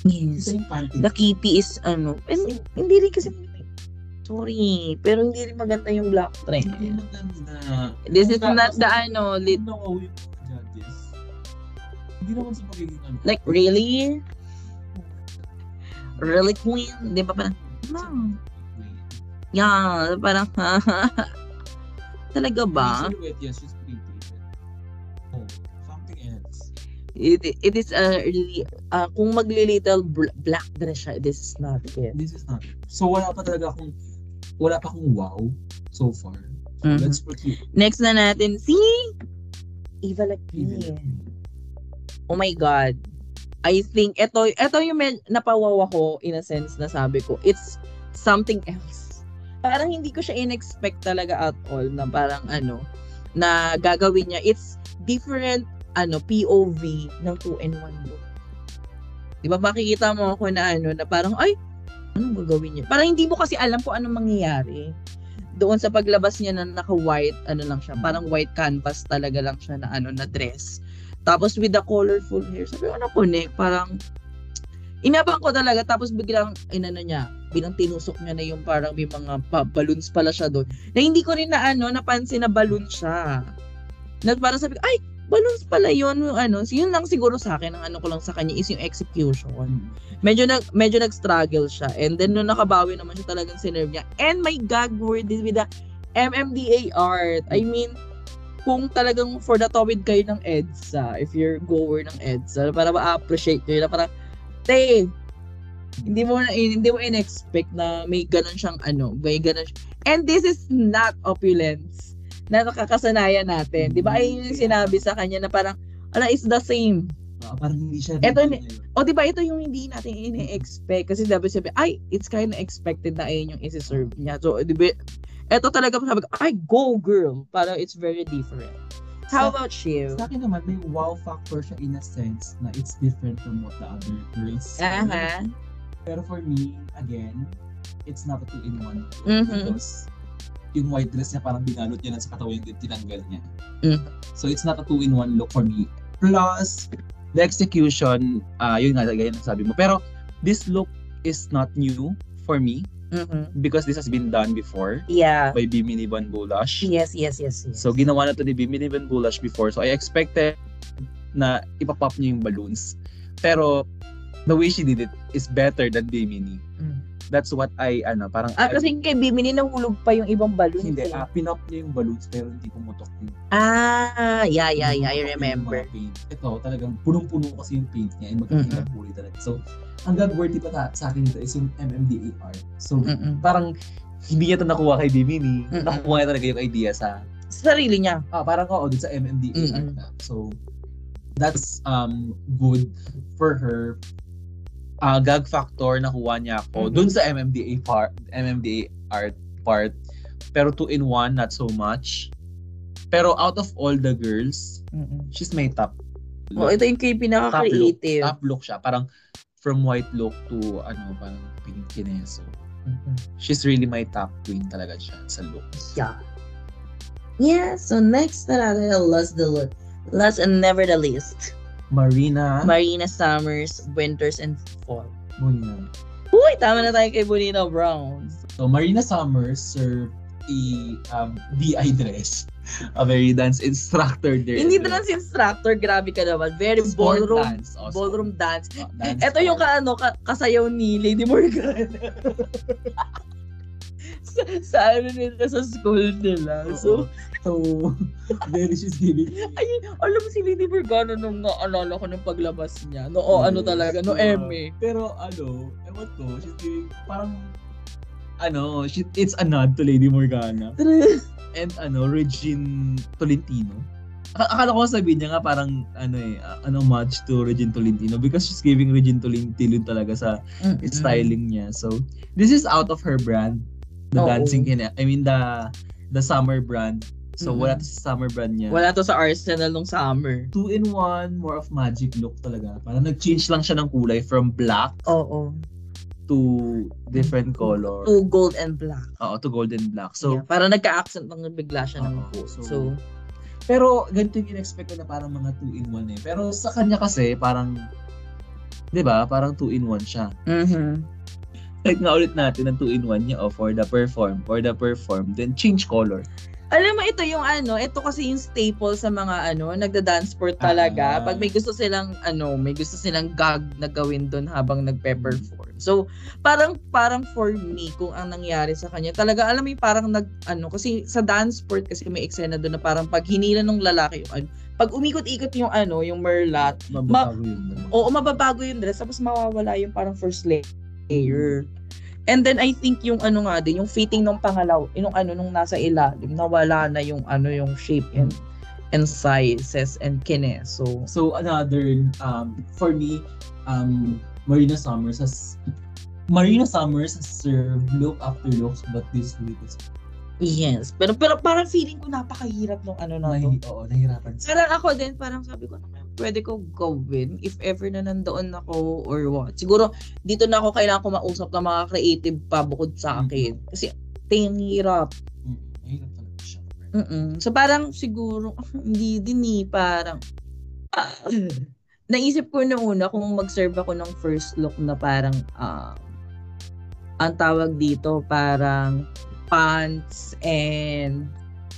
S1: yes.
S2: Isa yung panty.
S1: The kitty is ano, and, hindi rin kasi sorry, pero hindi rin maganda yung black
S2: Hindi
S1: trend.
S2: maganda.
S1: This is not the ano, lit,
S2: Hindi ako yung mga judges. Hindi naman sa pagiging ano.
S1: like really? Really queen? Di ba parang, no. Yeah, parang, talaga ba?
S2: Yung silhouette, yes, she's pretty. but- Oh, something else.
S1: it, it is a really ah, kung magli-little bl- black dress siya this is not it
S2: This is not it. So, wala pa talaga akong, wala pa akong wow. so far. So,
S1: Mhm.
S2: Let's put you
S1: Next na natin, si Eva
S2: Eva
S1: Lapid. Oh my God. I think, ito, ito yung med- napawawa ko in a sense na sabi ko, it's something else. Parang hindi ko siya in-expect talaga at all na parang ano, na gagawin niya. It's different ano POV ng 2 and 1 book. 'Di ba makikita mo ako na ano na parang ay anong gagawin niya? Parang hindi mo kasi alam kung anong mangyayari. Doon sa paglabas niya na naka-white ano lang siya, parang white canvas talaga lang siya na ano na dress. Tapos with the colorful hair, sabi ko, ano connect, parang inabang ko talaga tapos biglang inano niya bilang tinusok niya na yung parang may mga pa- balloons pala siya doon na hindi ko rin na ano napansin na balloon siya na parang sabi ko ay balloons pala yun yung ano so yun lang siguro sa akin ang ano ko lang sa kanya is yung execution
S2: Mm.
S1: medyo nag medyo nag-struggle siya and then nung nakabawi naman siya talagang sinerve niya and my gag word is with the MMDA art I mean kung talagang for the towid kayo ng EDSA if you're goer ng EDSA para ma-appreciate nyo yun na parang te hindi mo na, hindi mo in-expect na may ganun siyang ano may ganun siya. and this is not opulence na nakakasanayan natin. Di ba? Ayun yung sinabi sa kanya na parang, ala, it's the same.
S2: Ah, parang hindi siya.
S1: Eto
S2: ready ngayon.
S1: O di ba ito yung hindi natin ini-expect kasi sabi sabi, ay, it's kind of expected na ayun yung isi-serve niya. So, di ba, ito talaga sabi ko, ay, go girl. Parang it's very different. How
S2: Sa-
S1: about you?
S2: Sa akin naman, may wow factor siya in a sense na it's different from what the other girls.
S1: Aha.
S2: Pero for me, again, it's not a two in one.
S1: Mhm.
S2: Because yung white dress niya parang binalot niya lang sa katawan yung tinanggal niya.
S1: Mm.
S2: So it's not a two in one look for me. Plus, the execution, ah yun nga, gaya ng sabi mo. Pero this look is not new for me
S1: Mhm.
S2: because this has been done before
S1: Yeah.
S2: by Bimini Van Bulash.
S1: Yes, yes, yes, yes.
S2: So ginawa na to ni Bimini Van Bulash before. So I expected na ipapop niya yung balloons. Pero the way she did it is better than Bimini.
S1: Mm.
S2: That's what I, ano, parang...
S1: Ah, kasi kay Bimini nahulog pa yung ibang balloon.
S2: hindi,
S1: eh.
S2: ah, pinop niya yung balloons pero hindi pumutok yung...
S1: Ah, yeah, yeah, yeah, I
S2: pumutok yung
S1: remember.
S2: mga paint. Ito, talagang punong-puno kasi yung paint niya and magkakilap
S1: Mm-hmm.
S2: kulay talaga. So, ang gag-worthy pa ta- sa akin dito is yung MMDA art. So,
S1: Mm-mm.
S2: parang hindi niya ito nakuha kay Bimini.
S1: Mm-mm.
S2: Nakuha niya talaga yung idea sa
S1: Sa sarili niya.
S2: Ah, parang oo, dun sa MMDA
S1: Mm-mm.
S2: art na. So, that's um good for her. Ah, gag factor nakuha niya ako
S1: Mhm.
S2: dun sa MMDA part, MMDA art part. Pero two in one, not so much. Pero out of all the girls,
S1: Mm-mm.
S2: she's my top.
S1: Oh, ito yung kay pinaka-creative.
S2: Top look siya. Parang from white look to ano, parang pink kineso.
S1: Mhm.
S2: She's really my top queen talaga siya sa look.
S1: Yeah. Yeah, so next na natin ang last, the lo- last and never the least.
S2: Marina.
S1: Marina Summers, Winters and Fall.
S2: Marina.
S1: Uy, tama na tayo kay Bonino Brown.
S2: So Marina Summers served a um, DI dress, a very dance instructor there.
S1: Hindi dance instructor, grabe ka naman. Very
S2: Sport
S1: ballroom,
S2: dance. oh,
S1: ballroom dance.
S2: sport, oh, dance
S1: Ito yung
S2: sport.
S1: kaano, ka, kasayaw ni Lady Morgan. sa, sa ano nila, sa school nila.
S2: Oo.
S1: So,
S2: so very she's giving.
S1: ay, alam mo si Lady Morgana nung naalala ko ng paglabas niya. No, oh, ano
S2: Yes.
S1: talaga, no,
S2: Yeah.
S1: Emmy.
S2: Pero ano, ewan ko, she's giving parang ano, she, it's a nod to Lady Morgana and ano, Regine Tolentino. Ak- akala ko sabihin niya nga parang ano eh, a- ano match to Regine Tolentino because she's giving Regine Tolentino talaga sa
S1: Mm-mm.
S2: styling niya. So, this is out of her brand. The
S1: Oo.
S2: dancing kine. I mean the the summer brand. So,
S1: Mhm.
S2: wala to sa summer brand niya.
S1: Wala to sa Arsenal nung summer.
S2: Two in one, more of magic look talaga. Parang nag-change lang siya ng kulay from black
S1: Oo.
S2: to different color.
S1: To gold and black.
S2: Oo, to golden black.
S1: So,
S2: So,
S1: para nagka-accent lang bigla siya ng
S2: Oo,
S1: gold. So,
S2: so- pero ganito yung in-expect ko na parang mga two in one eh. Pero sa kanya kasi, parang, di ba, parang two in one siya.
S1: mhm.
S2: Like nga ulit natin ang two in one niya, oh, for the perform, for the perform, then change color.
S1: Alam mo, ito yung ano, ito kasi yung staple sa mga ano, nagda-dance sport talaga.
S2: Ah.
S1: Pag may gusto silang, ano, may gusto silang gag na gawin doon habang nagpe-perform. So, parang, parang for me, kung ang nangyari sa kanya, talaga, alam mo yung parang nag, ano, kasi sa dance sport kasi may eksena doon na parang pag hinila ng lalaki yung ano, pag umikot-ikot yung ano, yung merlat,
S2: Mababago yun.
S1: Oo, mababago yung dress tapos mawawala yung parang first layer. And then I think yung ano nga din, yung fitting ng pangalaw, yung ano nung nasa ilalim, nawala na yung ano yung shape and and sizes and kine. So,
S2: So another um for me um Marina Summers has Marina Summers has served look after looks but this week is
S1: yes. Pero pero parang feeling ko napakahirap nung ano na
S2: nahi,
S1: to.
S2: oo, nahirapan siya.
S1: Parang ako din, parang sabi ko naman, pwede ko gawin if ever na nandoon ako or what. Siguro, dito na ako kailangan kumausap ng mga creative pa bukod sa akin. Kasi, tingin hirap.
S2: Mm, nahirap talaga siya.
S1: Mm-mm. So, parang siguro, hindi din eh, parang, ah, naisip ko na una kung mag-serve ako ng first look na parang, ah, ang tawag dito, parang pants and,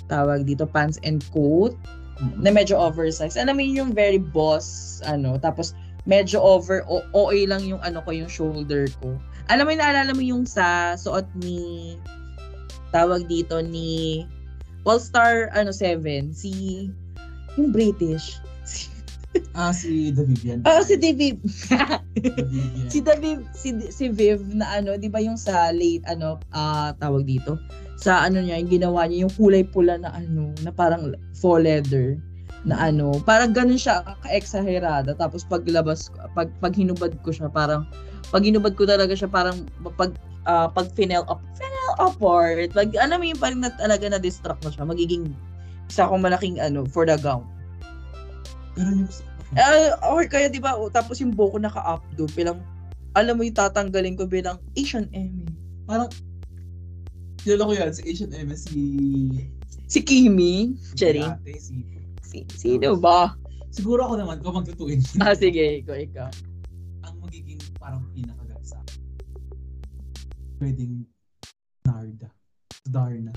S1: tawag dito, pants and coat
S2: Mm.
S1: na medyo oversized. Alam mo yun, yung very boss, ano, tapos medyo over, o OA lang yung ano ko, yung shoulder ko. Alam mo yun, naalala mo yung sa suot ni, tawag dito ni, All-Star, ano, 7, si, yung British. Si,
S2: Ah, si The Vivian.
S1: oh, si David.
S2: The Vivian.
S1: si David, si, si Viv na ano, di ba yung sa late, ano, ah, tawag dito, sa ano niya, yung ginawa niya, yung kulay pula na ano, na parang faux leather na ano, parang ganun siya, ka-exagerada. Tapos paglabas, ko- pag, pag hinubad ko siya, parang, pag hinubad ko talaga siya, parang, pag, ah, pag finel up, finel upward, pag, ano mo yung parang na, talaga na-distract na siya, magiging isa akong malaking ano, for the gown.
S2: Ganun ano yung
S1: Ah, or kaya 'di ba, o, tapos yung buko naka-up do, bilang alam mo yung tatanggalin ko bilang Asian M. eh.
S2: parang Lolo ko yan, si Asian M, si...
S1: Si Kimi, Chering.
S2: Ate, si...
S1: Si sino ba?
S2: Siguro ako naman, kung magtutuin,
S1: Ah, sige, ikaw, ikaw.
S2: ang magiging parang pinakagagsa. Pwedeng Narda. Darna.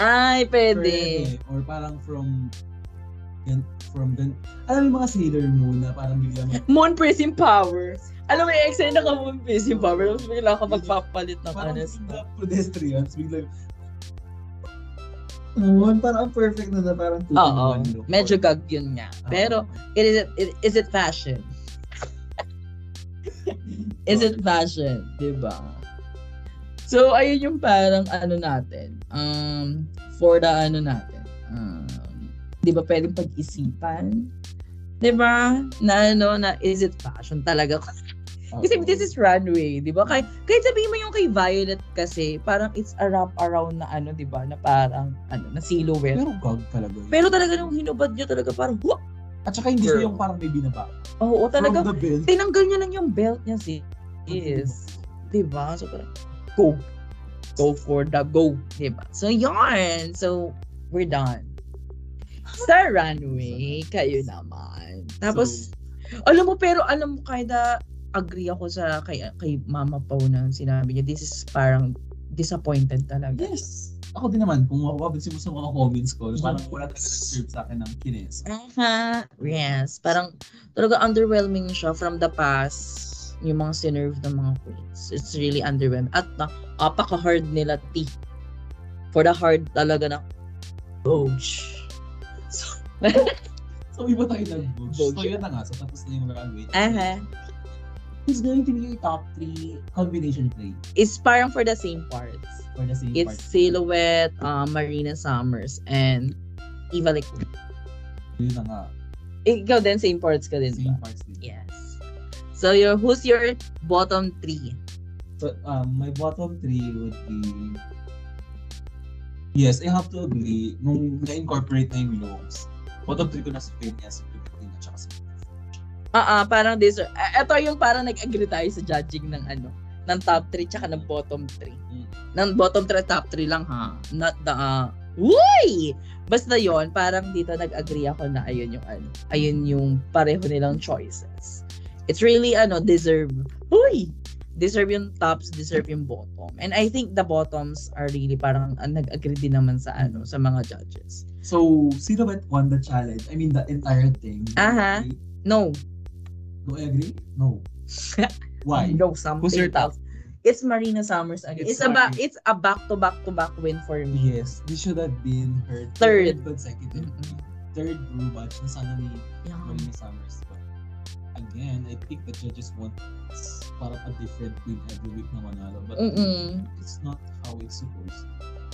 S1: Ay, pwede.
S2: Pwede. eh, Or parang from... Gan, from gan... Alam mo yung mga Sailor Moon na parang bigla mag...
S1: Moon Prism Power. Alam mo, yung excited na ka Moon Prism Power. Tapos bigla ka magpapalit ng
S2: Parang
S1: kanas.
S2: bigla pedestrians, bigla... Moon, parang ang perfect na na parang two in
S1: Oo,
S2: one look.
S1: medyo gag yun nga.
S2: Ah.
S1: Pero, it is, it, is it fashion? is it fashion? Di ba? So, ayun yung parang ano natin. Um, for the ano natin. Um, di ba pwedeng pag-isipan? Di ba? Na ano, na is it fashion talaga?
S2: Oo.
S1: Kasi this is runway, di ba? Kahit, kahit sabihin mo yung kay Violet kasi, parang it's a wrap around na ano, di ba? Na parang, ano, na silhouette.
S2: Pero gag talaga yun.
S1: Pero talaga nung hinubad niya talaga parang, "Wah!"
S2: At saka hindi siya
S5: Girl.
S2: yung parang may binaba.
S1: Oo, talaga.
S2: From the belt.
S1: Tinanggal niya lang yung belt niya si Yes. Di ba? So parang, go. Go for the go. Di ba? So yarn. So, we're done. Sa runway, kayo naman. Tapos, alam mo, pero alam mo, kahit na agree ako sa kay, kay Mama Pau na sinabi niya, this is parang disappointed talaga.
S2: Yes. Ako din naman, kung mapapansin mo sa mga comments ko,
S1: Mm-hmm.
S2: parang wala talaga nag-serve sa akin ng kines.
S1: Aha, yes. Parang talaga underwhelming siya from the past yung mga sinerve ng mga queens. It's really underwhelming. At napaka-hard nila T. For the hard talaga na coach.
S2: So iba tayo nag-book.
S1: Bullshit.
S2: So yun na nga, so tapos na yung runway.
S1: Aha.
S2: It's going to be your top 3 combination play
S1: It's parang for the same parts.
S2: for the same
S1: It's
S2: part.
S1: Silhouette, uh, Marina Summers, and Eva Lecun.
S2: Yun na nga,
S1: Ikaw din, same parts ka din
S2: same
S1: ba?
S2: parts din.
S1: Yes. So, your, who's your bottom three?
S2: So um, my bottom 3 would be... Yes, I have to agree. Nung na-incorporate na yung looks, bottom 3 ko na si Peña, si Peña, tsaka si
S1: Ah, ah, parang this, ito yung parang nag-agree tayo sa judging ng ano, ng top 3 tsaka ng bottom 3.
S2: Mm.
S1: Ng bottom 3, top 3 lang ha. Not the, ah, Uy! Basta yon parang dito nag-agree ako na ayun yung ano, ayun yung pareho nilang choices. It's really ano, deserve. Uy! Deserve yung tops, deserve yung bottom. And I think the bottoms are really parang ah, nag-agree din naman sa ano, sa mga judges.
S2: So, Silhouette won the challenge. I mean, the entire thing.
S1: Aha. No.
S2: Do I agree? No. Why?
S1: No, something
S5: Who's your top?
S1: tough. It's Marina Summers again. It's,
S2: It's
S1: a ba-
S2: Marina.
S1: it's a back to back to back win for me.
S2: Yes, this should have been her
S1: Third.
S2: consecutive.
S1: Mm-mm.
S2: Third brew match na sana ni
S1: Yeah.
S2: Marina Summers. But again, I think the judges want s- parang a different queen every week na manalo. But
S1: Mm-mm.
S2: it's not how it's supposed.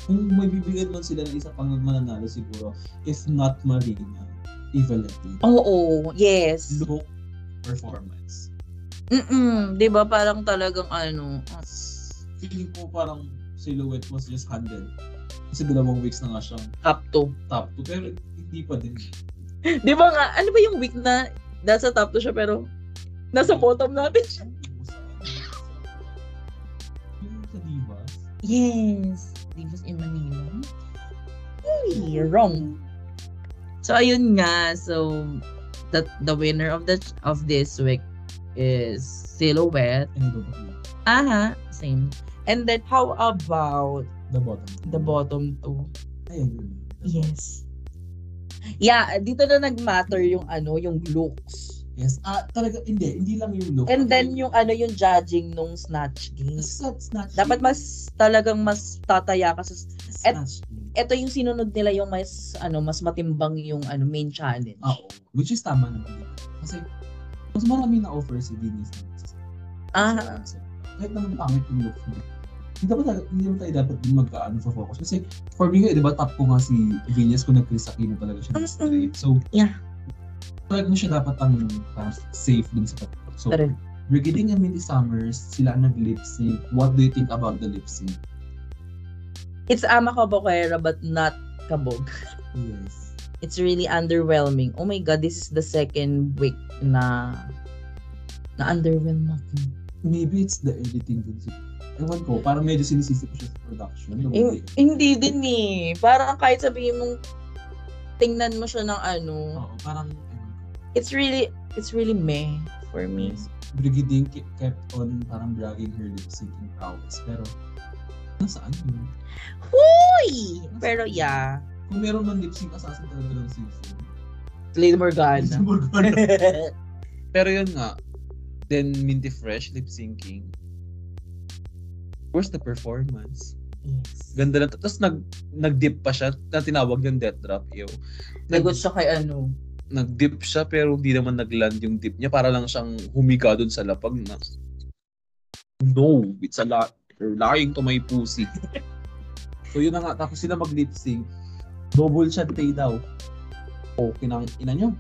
S2: Kung may bibigyan man sila ng isa pang mananalo siguro, if not Marina, Evalente.
S1: Oo, yes.
S2: Look, performance.
S1: Mm-mm. 'Di ba parang talagang ano,
S2: Feeling ko parang silhouette was just handed. Kasi dalawang weeks na nga siyang
S1: up to.
S2: top two, pero hindi pa din.
S1: 'Di ba nga, ano ba yung week na nasa top to siya pero nasa bottom natin siya?
S2: Yung sa Divas,
S1: Yes. Divas in Manila. Really wrong. So ayun nga, so that the winner of the of this week is Silhouette.
S2: and I don't know,
S1: Aha, same. And then how about
S2: the bottom.
S1: the bottom two?
S2: I agree.
S1: Yes. Yeah, dito na nag-matter yung ano, yung looks.
S2: Yes. Ah, talaga, hindi. Hindi lang yung look.
S1: And then yung ano, yung judging nung snatch game.
S2: Snatch, snatch.
S1: Dapat mas talagang mas tataya ka sa
S2: At,
S1: ito yung sinunod nila yung mas ano mas matimbang yung ano main challenge.
S2: Ah, Oo. Which is tama naman din. Kasi, mas marami na offer si Denise na
S1: Ah,
S2: Kahit naman pangit yung look niya. Hindi dapat talaga, hindi naman tayo dapat din magkaano sa focus. Kasi, for me, di ba, top ko nga si Venus kung nag-Chris Aquino talaga siya ng
S1: Mm-mm.
S2: straight. So,
S1: Yeah.
S2: Talaga siya dapat ang parang safe din sa pagkakas. So,
S1: Correct.
S2: Brigitte and Mindy Summers, sila ang nag-lip sync. What do you think about the lip sync?
S1: it's ama kabokwera but not kabog.
S2: Yes.
S1: It's really underwhelming. Oh my god, this is the second week na na underwhelm ako.
S2: Maybe it's the editing din siguro. Ewan ko, parang medyo sinisisi ko siya sa production. Yung
S1: Hin- hindi din eh. Parang kahit sabihin mong tingnan mo siya ng ano,
S2: Oo, parang ewan ko.
S1: it's really it's really meh for me.
S2: Brigitte Dink kept on parang bragging her lip syncing prowess. Pero, nasaan yun?
S1: Huy! Pero yeah,
S2: Kung meron man lip sync assassin talaga ng season.
S1: Lady
S2: Ano?
S1: Morgana.
S6: Pero yun nga, then Minty Fresh lip syncing. Where's the performance?
S1: yes.
S6: Ganda lang. Tapos nag, nag-dip pa siya na tinawag yung death drop. Ew. Nag,
S1: Nagot siya kay ano.
S6: nag-dip siya pero hindi naman nag-land yung dip niya. Para lang siyang humiga dun sa lapag na. No, it's a lot. You're lying to my pussy.
S2: So yun na nga, tapos sila mag-lip sync. Double shantay daw. O, kinang ina nyo.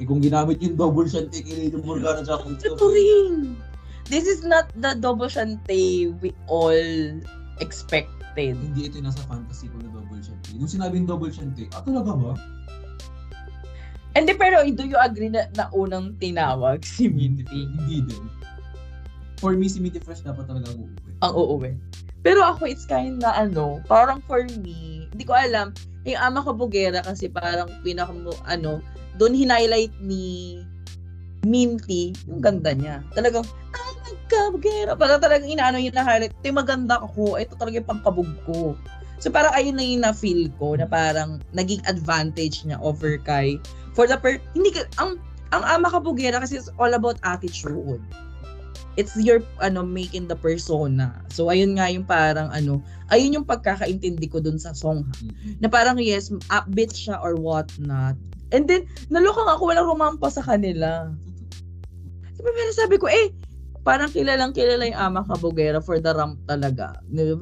S2: Eh kung ginamit yung double shantay kay Lady Morgana sa kung
S1: Ito rin. This is not the double shantay we all expected.
S2: Hindi ito yung nasa fantasy ko na double shantay. Nung sinabing double shantay, ah talaga ba?
S1: And pero do you agree na, na unang tinawag si
S2: Hindi,
S1: Mindy
S2: hindi din. For me, si Minty Fresh dapat talaga ang uuwi.
S1: ang uuwi? Pero ako, it's kind na ano, parang for me, hindi ko alam, yung ama ko Bugera kasi parang pinaka, ano, doon hinighlight ni Minty, yung ganda niya. Talagang, ah, magkabugera. Parang talagang inaano yung na-highlight. Ito yung maganda ko. Ito talaga yung pangkabog ko. So parang ayun lang yung na-feel ko na parang naging advantage niya over kay for the per hindi ka, ang ang ama kabugera kasi it's all about attitude. It's your ano making the persona. So ayun nga yung parang ano, ayun yung pagkakaintindi ko dun sa song ha. Na parang yes, upbeat siya or what not. And then naloka nga ako walang rumampa sa kanila. Sabi, pero sabi ko, eh, parang kilalang kilala yung ama kabugera for the ramp talaga.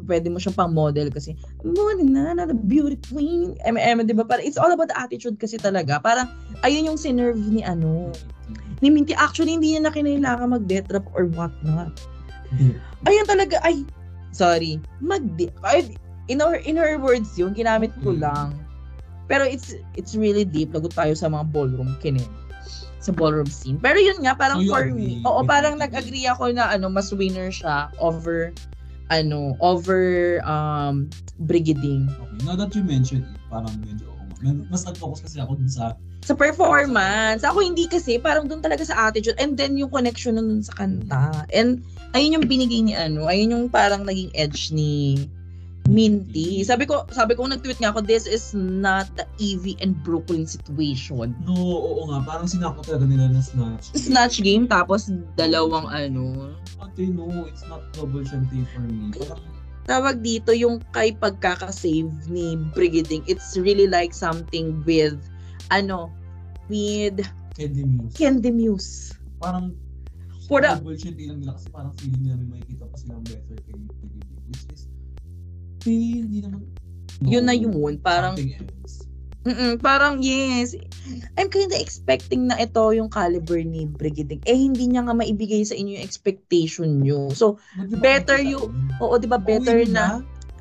S1: Pwede mo siyang pang-model kasi, more na, not a beauty queen. MM, di ba? Parang, it's all about the attitude kasi talaga. Parang, ayun yung sinerve ni ano. Ni Minty, actually, hindi niya na kinailangan mag-death trap or what not. Ayun talaga, ay, sorry, mag ay, in her, in her words yun, ginamit ko
S2: Mm.
S1: lang. Pero it's it's really deep. Lagot tayo sa mga ballroom kinin sa ballroom scene. Pero yun nga, parang
S2: So, you
S1: for
S2: agree
S1: me, oo,
S2: with
S1: parang
S2: Minty?
S1: nag-agree ako na ano, mas winner siya over ano, over um brigading.
S2: Okay, now that you mentioned it, parang medyo oo nga. Mer- Mas nag-focus kasi ako dun sa
S1: Sa performance, ako hindi kasi, parang doon talaga sa attitude and then yung connection nun sa kanta. And ayun yung binigay ni ano, ayun yung parang naging edge ni Minty. Sabi ko, sabi ko nag-tweet nga ako, this is not the Evie and Brooklyn situation.
S2: No, oo nga, parang sinako talaga nila na snatch.
S1: Snatch game tapos dalawang ano,
S2: Ate, no, it's not double shantay for me. Parang,
S1: tawag dito yung kay pagkakasave ni Brigading. It's really like something with ano, with
S2: Candy Muse.
S1: Candy Muse.
S2: Parang
S1: For the-
S2: double shantay lang nila kasi parang feeling nila may makikita pa silang better kay Lady Gaga, Which is, eh, hindi naman.
S1: Yun na yun, parang
S2: Something else.
S1: mm parang yes. I'm kinda expecting na ito yung caliber ni Brigitte. Eh, hindi niya nga maibigay sa inyo yung expectation nyo. So,
S2: Ba't di ba
S1: Better
S2: nakikita
S1: you-
S2: yun?
S1: oo, di ba,
S2: Uwi
S1: better
S2: din
S1: na.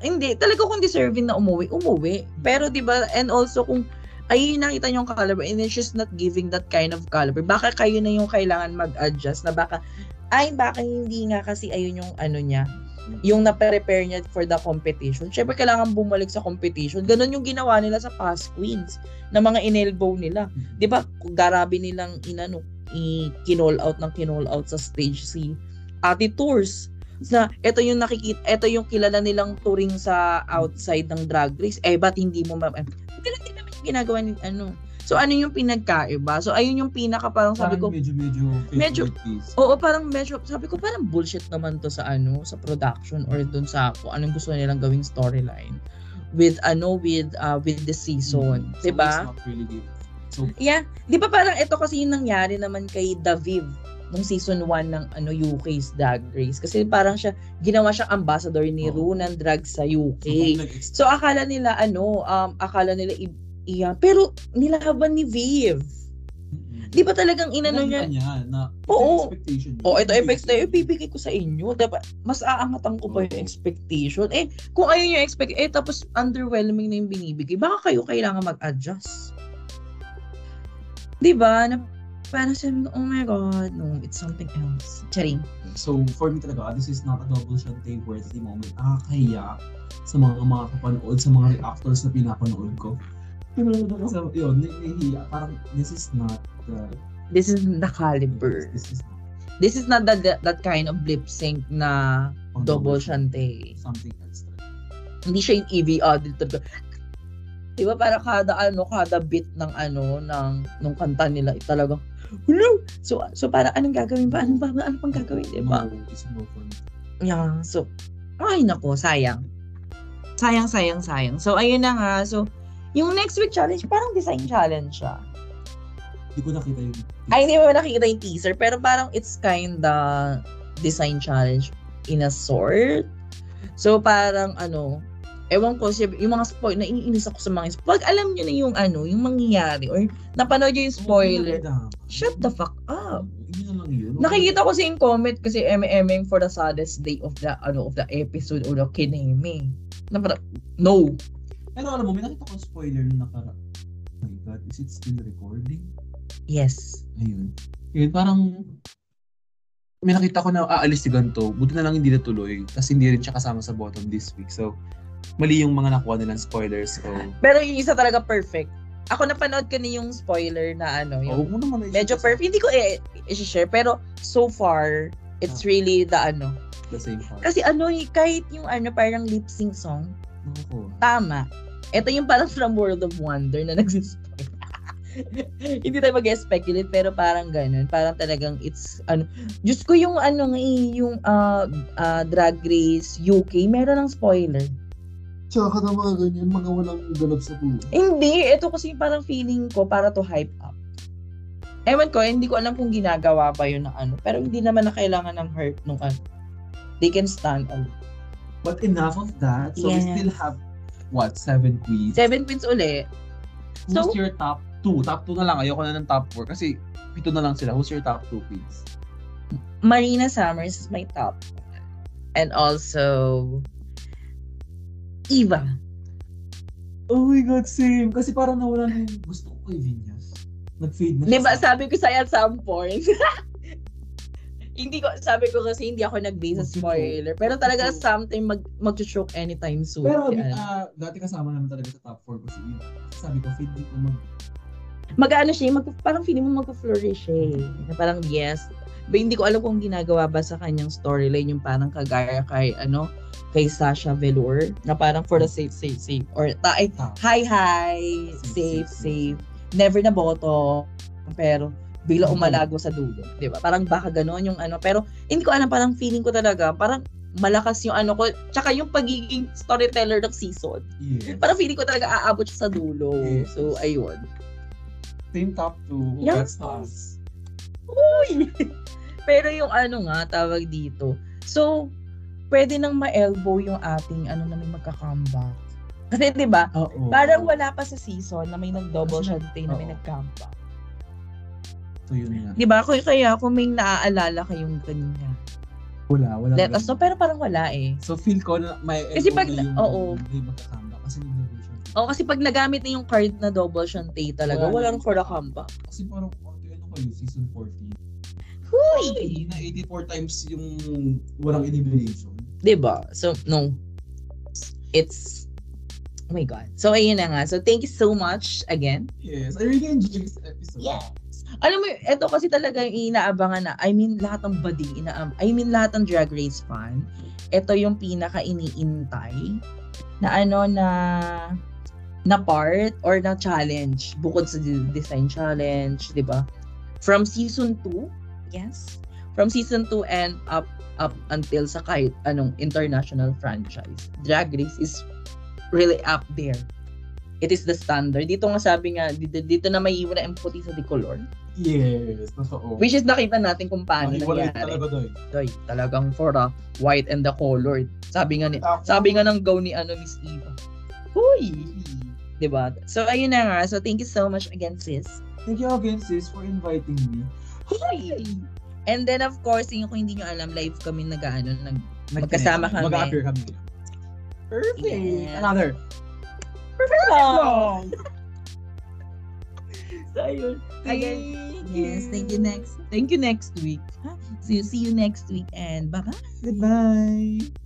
S1: Hindi, talaga kung deserving na umuwi, umuwi. Pero di ba, and also kung, ay, nakita niyo yung caliber, and then she's not giving that kind of caliber. Baka kayo na yung kailangan mag-adjust na baka, ay, baka hindi nga kasi ayun yung ano niya, yung na-prepare niya for the competition. Siyempre, kailangan bumalik sa competition. Ganon yung ginawa nila sa past queens na mga inelbow nila. Di ba, garabi nilang inano, i-kinall out ng kinall out sa stage si Ate Tours na ito yung nakikita, ito yung kilala nilang touring sa outside ng drag race. Eh, ba't hindi mo ma... eh, Ganun din naman yung ginagawa ni ano. So, ano yung pinagkaiba? So, ayun yung pinaka parang sabi ko,
S2: Parang medyo, medyo,
S1: Medyo-
S2: favorite piece.
S1: Oo, parang medyo, sabi ko parang bullshit naman to sa ano, sa production or dun sa kung anong gusto nilang gawing storyline with ano with uh, with the season,
S2: Mm.
S1: 'di ba?
S2: So, it's not really good. So,
S1: Yeah, 'di ba parang ito kasi yung nangyari naman kay Daviv nung season 1 ng ano UK's Drag Race kasi parang siya ginawa siyang ambassador ni Ru
S2: Oo.
S1: ng drag sa
S2: so kung
S1: UK.
S2: nag-ex-
S1: So akala nila ano, um, akala nila i- iya, pero nilaban ni Viv.
S2: Mm-mm.
S1: 'Di ba talagang inano niya?
S2: Nakita niya na,
S1: Oo.
S2: expectation niya.
S1: Oh, ito
S2: Ibigay
S1: effects
S2: sa
S1: na
S2: inyo.
S1: yung ibibigay ko sa inyo. Dapat mas aangatan ko pa yung
S2: Mm.
S1: expectation. Eh, kung ayun yung expect, eh tapos underwhelming na yung binibigay. Baka kayo kailangan mag-adjust. 'Di ba? Na parang sabi ko, oh my god, no, it's something else. Charing.
S2: So, for me talaga, this is not a double shantay worthy moment. Nakakahiya sa mga mga kapanood, sa mga reactors na pinapanood ko. Pero talaga sa, yun, nahihiya. Parang, this is not the,
S1: This is the caliber.
S2: this is not
S1: This is not that that, that kind of lip sync na
S2: pang
S1: double shantay.
S2: Something else talaga.
S1: Hindi siya yung E ah, EVR dito. 'Di ba para kada ano, kada beat ng ano ng nung kanta nila, eh, talagang Hello! So, so para anong gagawin ba? Anong ba? Ano pang gagawin, di ba?
S2: No, it's no for me.
S1: Yeah, so, ay nako, sayang. Sayang, sayang, sayang. So, ayun na nga. So, yung next week challenge, parang design challenge siya.
S2: Hindi ko nakita yung...
S1: Ay, hindi mo nakikita yung teaser, pero parang it's kinda design challenge in a sort. So, parang ano, ewan ko, syempre, yung mga spoil, naiinis ako sa mga spoil. Pag alam nyo na yung ano, yung mangyayari, or napanood nyo yung spoiler, shut the fuck up.
S2: Yun na lang yun.
S1: Nakikita ko si yung comment kasi MMing for the saddest day of the ano of the episode or the kineme. Na parang, no.
S2: Pero alam mo, may nakita ko spoiler nung nakara. Oh my God, is it still recording?
S1: Yes.
S2: Ayun.
S7: Yun, parang may nakita ko na aalis si ganito. Buti na lang hindi natuloy. Tapos hindi rin siya kasama sa bottom this week. So, mali yung mga nakuha nilang spoilers. So,
S1: Pero yung isa talaga perfect. Ako napanood ko na yung spoiler na ano, yung
S7: oh, muna muna.
S1: medyo perfect. Hindi ko i- i-share pero so far it's really the ano.
S7: The same part.
S1: Kasi ano, eh, kahit yung ano parang lip sync song,
S7: Oo.
S1: tama. Ito yung parang from World of Wonder na nagsispoil. Hindi tayo mag-speculate pero parang ganun. Parang talagang it's ano, Diyos ko yung ano nga eh, yung ah, ah, Drag Race UK, meron ng spoiler.
S2: Tsaka na mga ganyan, mga walang ganap sa buhay.
S1: Hindi, ito kasi yung parang feeling ko para to hype up. Ewan ko, hindi ko alam kung ginagawa ba yun ng ano. Pero hindi naman na kailangan ng hurt nung ano. They can stand alone.
S2: But enough of that. So
S1: Yes.
S2: we still have what seven queens.
S1: Seven Queens uli. So-
S2: Who's your top?
S7: Two. Top two na lang. Ayoko na ng top four. Kasi pito na lang sila. Who's your top two, please?
S1: Marina Summers is my top. And also, Eva.
S2: Oh my God, same. Kasi parang nawala na yung gusto ko kay Vinyas. Nag-fade na
S1: Di ba, sabi ko sa'yo at some point. hindi ko, sabi ko kasi hindi ako nag-base sa spoiler. Pero talaga something mag, mag-choke anytime soon.
S2: Pero
S1: Yan.
S2: ah, dati kasama naman talaga sa top 4 ko si Ian. Sabi ko, fade din ko mag...
S1: mag-ano siya, mag, parang feeling mo mag-flourish siya eh. Na parang yes. Ba, hindi ko alam kung ginagawa ba sa kanyang storyline yung parang kagaya kay ano kay Sasha Velour na parang for the safe safe safe or ta- ay,
S2: Tama.
S1: hi hi
S2: Safe,
S1: safe
S2: safe.
S1: safe never na boto pero bigla umalago sa dulo, 'di ba? Parang baka gano'n yung ano, pero hindi ko alam parang feeling ko talaga parang malakas yung ano ko tsaka yung pagiging storyteller ng season.
S2: Yes.
S1: Parang feeling ko talaga aabot siya sa dulo.
S2: Yes.
S1: So ayun.
S2: Same top 2.
S1: Yeah.
S2: That's us.
S1: Uy! Pero yung ano nga, tawag dito. So, pwede nang ma-elbow yung ating ano na may magka-comeback. Kasi 'di ba?
S2: Oo.
S1: Parang wala pa sa season na may nag-double shantay na may
S2: Oo.
S1: nag-comeback.
S2: So yun nga.
S1: 'Di ba? Kung kaya kung may naaalala kayong kanina.
S2: Wala, wala.
S1: Let us
S2: ganun.
S1: know, pero parang wala eh.
S2: So feel ko na may
S1: Kasi
S2: elbow
S1: pag-
S2: na yung
S1: oo.
S2: hindi magkakamba kasi yung revolution.
S1: O kasi pag nagamit na yung card na double shantay talaga,
S2: Wala
S1: wala
S2: na.
S1: nang for a comeback.
S2: Kasi parang okay, ano kayo, season 14.
S1: Huy!
S2: Hindi na 84 times yung walang elimination.
S1: 'Di ba? So, no. It's Oh my God. So, ayun na nga. So, thank you so much again.
S2: Yes, I really enjoyed this episode.
S1: Alam mo, ito kasi talaga yung inaabangan na, I mean, lahat ng bading, inaam, I mean, lahat ng Drag Race fan, ito yung pinaka iniintay na ano na na part or na challenge bukod sa de- design challenge, 'di ba? From season 2, yes. From season 2 and up up until sa kahit anong international franchise. Drag Race is really up there. It is the standard. Dito nga sabi nga, dito, dito na may iwan na empathy sa decolor.
S2: Yes, totoo.
S1: Which is nakita natin kung paano
S2: Nakiwalay
S1: ano nangyari.
S2: talaga doon.
S1: Ay, talagang for the white and the colored. Sabi nga ni,
S2: Tapos-
S1: sabi nga ng gaw ni ano Miss Eva. Huy! 'Di ba? So ayun na nga. So thank you so much again sis.
S2: Thank you again sis for inviting me.
S1: Huy! And then of course, yung kung hindi nyo alam, live kami nag-ano, nag Magkasama kami.
S2: Mag-appear kami.
S1: Perfect.
S2: Another. Ah!
S1: So ayun. Again, yes, thank you
S2: you.
S1: next. Thank you next week. Ha? So see you next week and bye-bye.
S2: Goodbye.